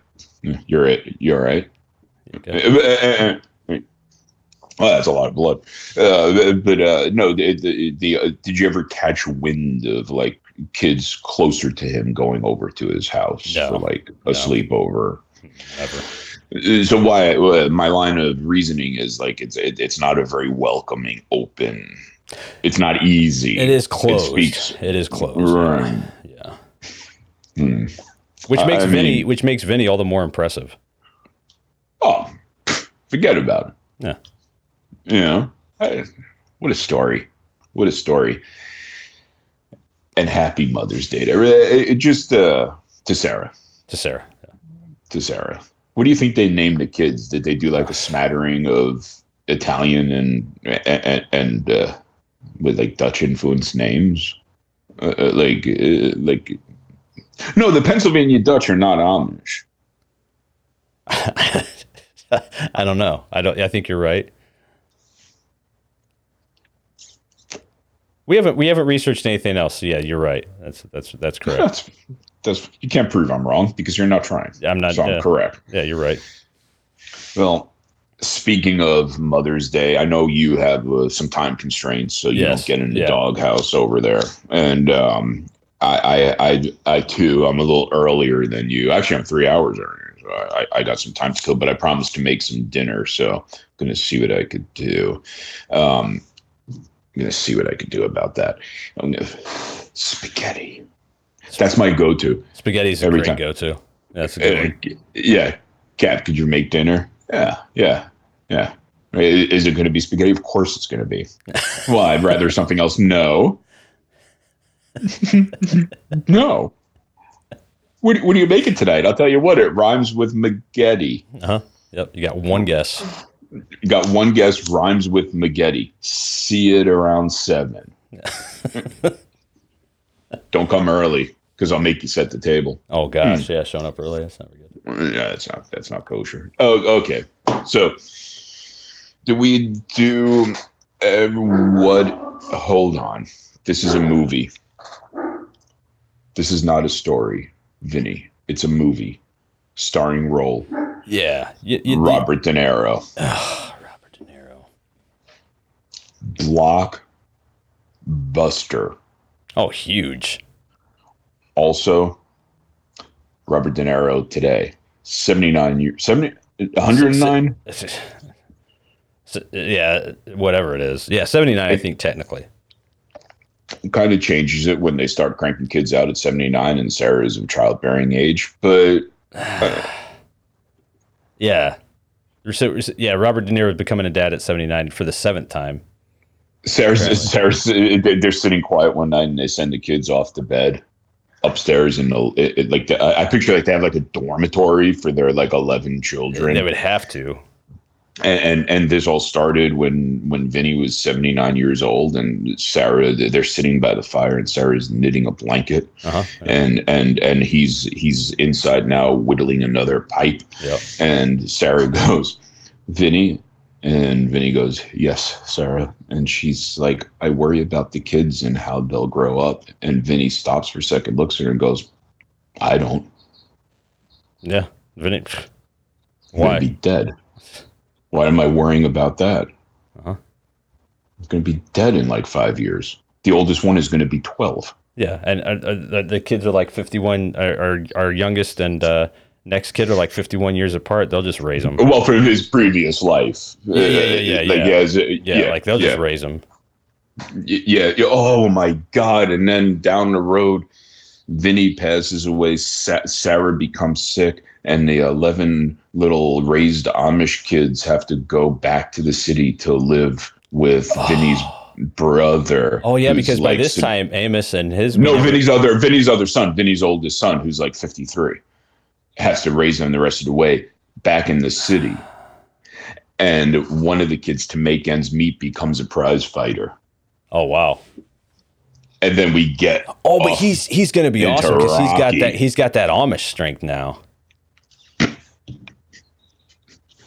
Speaker 1: Yeah, You're it. You're all right. Eh,
Speaker 2: okay.
Speaker 1: Well, that's a lot of blood. Uh, but uh, no, the, the, the uh, did you ever catch wind of like kids closer to him going over to his house
Speaker 2: No.
Speaker 1: for like a
Speaker 2: No.
Speaker 1: sleepover?
Speaker 2: Never.
Speaker 1: Uh, So why uh, my line of reasoning is like it's it, it's not a very welcoming, open. It's not easy.
Speaker 2: It is closed.
Speaker 1: speaks-
Speaker 2: It is closed.
Speaker 1: Right.
Speaker 2: Yeah,
Speaker 1: Hmm.
Speaker 2: which
Speaker 1: I-
Speaker 2: makes
Speaker 1: I
Speaker 2: Vinny
Speaker 1: mean-
Speaker 2: which makes Vinny all the more impressive.
Speaker 1: Oh, forget about it.
Speaker 2: Yeah.
Speaker 1: Yeah. Hey, what a story. What a story. And happy Mother's Day. to- It, it just uh, to Sarah.
Speaker 2: To Sarah, <laughs>
Speaker 1: To Sarah. What do you think they named the kids? Did they do like a smattering of Italian and and, and uh, with like Dutch influence names? Uh, uh, like uh, like no, the Pennsylvania Dutch are not Amish.
Speaker 2: I don't know. I don't. I think you're right. We haven't we haven't researched anything else. So yeah, you're right. That's that's
Speaker 1: <laughs>
Speaker 2: that's correct.
Speaker 1: That's that's you can't prove I'm wrong because you're not trying.
Speaker 2: I'm not. uh,
Speaker 1: so I'm
Speaker 2: Yeah,
Speaker 1: correct.
Speaker 2: yeah, you're right.
Speaker 1: Well, speaking of Mother's Day, I know you have uh, some time constraints, so you
Speaker 2: Yes,
Speaker 1: don't get in the
Speaker 2: yeah.
Speaker 1: doghouse over there. And um, I, I, I, I too, I'm a little earlier than you. Actually, I'm three hours earlier. So I, I got some time to kill, but I promised to make some dinner, so I'm gonna see what I could do. Um, I'm gonna see what I could do about that. I'm gonna <sighs> spaghetti. That's my go-to.
Speaker 2: Spaghetti's a
Speaker 1: Every
Speaker 2: great
Speaker 1: time.
Speaker 2: go-to. That's a good
Speaker 1: Uh,
Speaker 2: one.
Speaker 1: yeah, Cap, could you make dinner? Yeah, yeah, yeah. I- Is it going to be spaghetti? Of course it's going to be. well, I'd rather something else. No. <laughs> no. What, do- what are you making tonight? I'll tell you what, it rhymes with Magetti.
Speaker 2: Uh-huh. Yep, you got one guess.
Speaker 1: You got one guess, rhymes with Magetti. See it around seven. Don't come early because I'll make you set the table.
Speaker 2: Oh gosh, yeah, showing up early. That's never good.
Speaker 1: Yeah, that's not that's not kosher. Oh, okay. So, do we do uh, what? Hold on. This is a movie. This is not a story, Vinny. It's a movie, starring role
Speaker 2: Yeah, you, you,
Speaker 1: Robert De Niro,
Speaker 2: Ah, <sighs> Robert De Niro.
Speaker 1: blockbuster.
Speaker 2: Oh, huge.
Speaker 1: Also, Robert De Niro today, seventy nine years, seventy. 109
Speaker 2: It's just- <sighs> so- yeah, whatever it is. Yeah, seventy nine. I think technically. <sighs>
Speaker 1: kind of changes it when they start cranking kids out at 79 and Sarah is of childbearing age. But
Speaker 2: Yeah. So, so- yeah, Robert De Niro is becoming a dad at 79 for the seventh time.
Speaker 1: Sarah's,
Speaker 2: Apparently.
Speaker 1: Sarah's they- they're sitting quiet one night and they send the kids off to bed upstairs and it, it, like the, I I picture like they have like a dormitory for their like 11 children.
Speaker 2: They would have to.
Speaker 1: and, and and this all started when when Vinny was 79 years old and Sarah they're sitting by the fire and Sarah's knitting a blanket
Speaker 2: Uh-huh.
Speaker 1: and and and he's he's inside now whittling another pipe
Speaker 2: Yep.
Speaker 1: And Sarah <laughs> goes, Vinny. And Vinny goes, Yes, Sarah. And she's like, I worry about the kids and how they'll grow up. And Vinny stops for a second, looks at her, and goes, I don't.
Speaker 2: Yeah. Vinny-
Speaker 1: I'm gonna be
Speaker 2: <sighs> Why?
Speaker 1: dead. Why am I worrying about that?
Speaker 2: Uh-huh.
Speaker 1: I'm going to be dead in like five years. The oldest one is going to be 12.
Speaker 2: Yeah. And uh, uh, the- the kids are like 51. Our, our, our youngest and uh, next kid are like 51 years apart. They'll just raise them.
Speaker 1: Well, from his previous life.
Speaker 2: Mm-hmm. Yeah, yeah, yeah,
Speaker 1: Uh,
Speaker 2: yeah,
Speaker 1: like,
Speaker 2: yeah.
Speaker 1: as-
Speaker 2: Yeah, Like they'll
Speaker 1: yeah.
Speaker 2: just raise them.
Speaker 1: Y- yeah, y- oh my god and then down the road Vinny passes away, Sa- Sarah becomes sick, and the 11 little raised Amish kids have to go back to the city to live
Speaker 2: <gasps>
Speaker 1: with Vinny's brother.
Speaker 2: Oh yeah,
Speaker 1: who's,
Speaker 2: because by
Speaker 1: like,
Speaker 2: this
Speaker 1: sub-
Speaker 2: time Amos and his
Speaker 1: no, Vinny's other Vinny's other son, Vinny's oldest son, who's like 53, has to raise them the rest of the way back in the city. And one of the kids to make ends meet becomes a prize fighter.
Speaker 2: Oh wow.
Speaker 1: And then we get
Speaker 2: Oh, but
Speaker 1: Oh.
Speaker 2: he's he's gonna be
Speaker 1: Into
Speaker 2: awesome because he's got
Speaker 1: Rocky.
Speaker 2: that he's got that Amish strength now.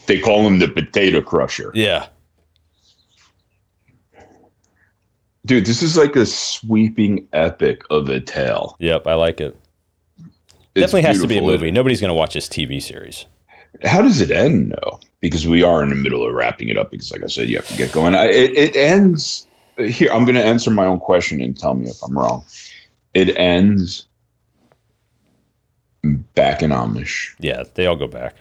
Speaker 1: they call him the potato crusher.
Speaker 2: Yeah.
Speaker 1: Dude, this is like a sweeping epic of a tale.
Speaker 2: Yep. I like it.
Speaker 1: It's
Speaker 2: Definitely has to be a
Speaker 1: beautiful.
Speaker 2: movie. Nobody's gonna watch this TV series.
Speaker 1: How does it end though? Because we are in the middle of wrapping it up. Because like I said, you have to get going. I, it, it ends here. I'm going to answer my own question and tell me if I'm wrong. It ends back in Amish.
Speaker 2: Yeah, they all go back.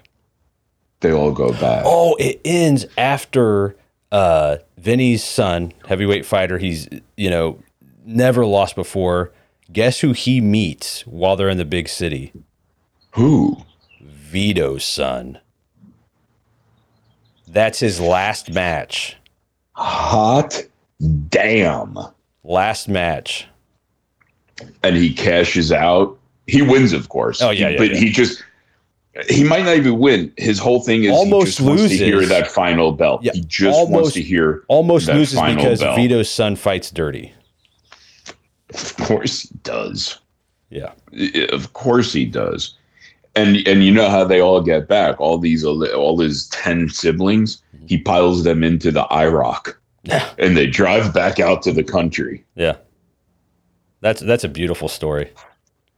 Speaker 1: They all go back.
Speaker 2: Oh, it ends after uh, Vinny's son, heavyweight fighter. He's you know never lost before. Guess who he meets while they're in the big city?
Speaker 1: Who?
Speaker 2: Vito's son. That's his last match.
Speaker 1: Hot damn!
Speaker 2: Last match.
Speaker 1: And he cashes out. He wins, of course.
Speaker 2: Oh, yeah, yeah,
Speaker 1: but
Speaker 2: yeah.
Speaker 1: he just. He might not even win. His whole thing is
Speaker 2: Almost
Speaker 1: he just wants to
Speaker 2: loses.
Speaker 1: hear that final belt.
Speaker 2: Yeah,
Speaker 1: he just wants
Speaker 2: almost-
Speaker 1: to hear.
Speaker 2: Almost
Speaker 1: That
Speaker 2: loses
Speaker 1: final
Speaker 2: because
Speaker 1: bell.
Speaker 2: Vito's son fights dirty.
Speaker 1: Of course, he does.
Speaker 2: Yeah.
Speaker 1: of course he does and and you know how they all get back all these all his 10 siblings
Speaker 2: Mm-hmm.
Speaker 1: he piles them into the iroc and they drive back out to the country
Speaker 2: Yeah. That's that's a beautiful story.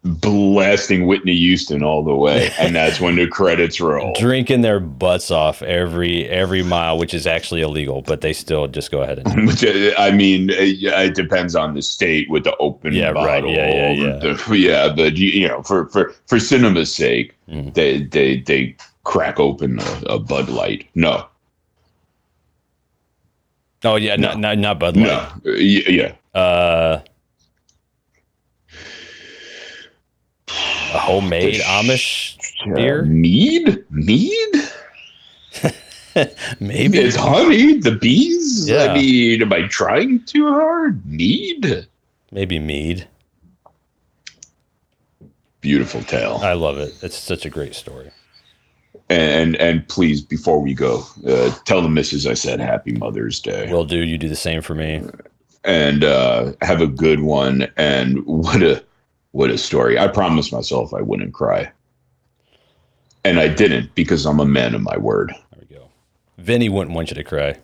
Speaker 1: blasting whitney houston all the way and that's when the credits roll
Speaker 2: <laughs> Drinking their butts off every every mile, which is actually illegal, but they still just go ahead
Speaker 1: <laughs>
Speaker 2: and
Speaker 1: which uh, i mean it, it depends on the state with the open
Speaker 2: Yeah, right.
Speaker 1: bottle
Speaker 2: Yeah, yeah, yeah.
Speaker 1: the- yeah but you, you know for for for cinema's sake
Speaker 2: Mhm.
Speaker 1: they they they crack open a, a bud light no
Speaker 2: Oh yeah, not not, not Bud
Speaker 1: no
Speaker 2: Light.
Speaker 1: Uh, yeah, yeah
Speaker 2: Uh, a homemade
Speaker 1: The sh-
Speaker 2: Amish
Speaker 1: Yeah,
Speaker 2: beer?
Speaker 1: Mead? Mead?
Speaker 2: maybe.
Speaker 1: It's honey, the bees?
Speaker 2: Yeah.
Speaker 1: I mean, am I trying too hard? Mead?
Speaker 2: maybe mead.
Speaker 1: Beautiful tale.
Speaker 2: I love it. It's such a great story.
Speaker 1: and and please, before we go, uh, tell the missus I said Happy Mother's Day.
Speaker 2: Will do. You do the same for me.
Speaker 1: and uh, have a good one. And what a what a story! I promised myself I wouldn't cry, and I didn't because I'm a man of my word.
Speaker 2: There we go. Vinny wouldn't want you to cry.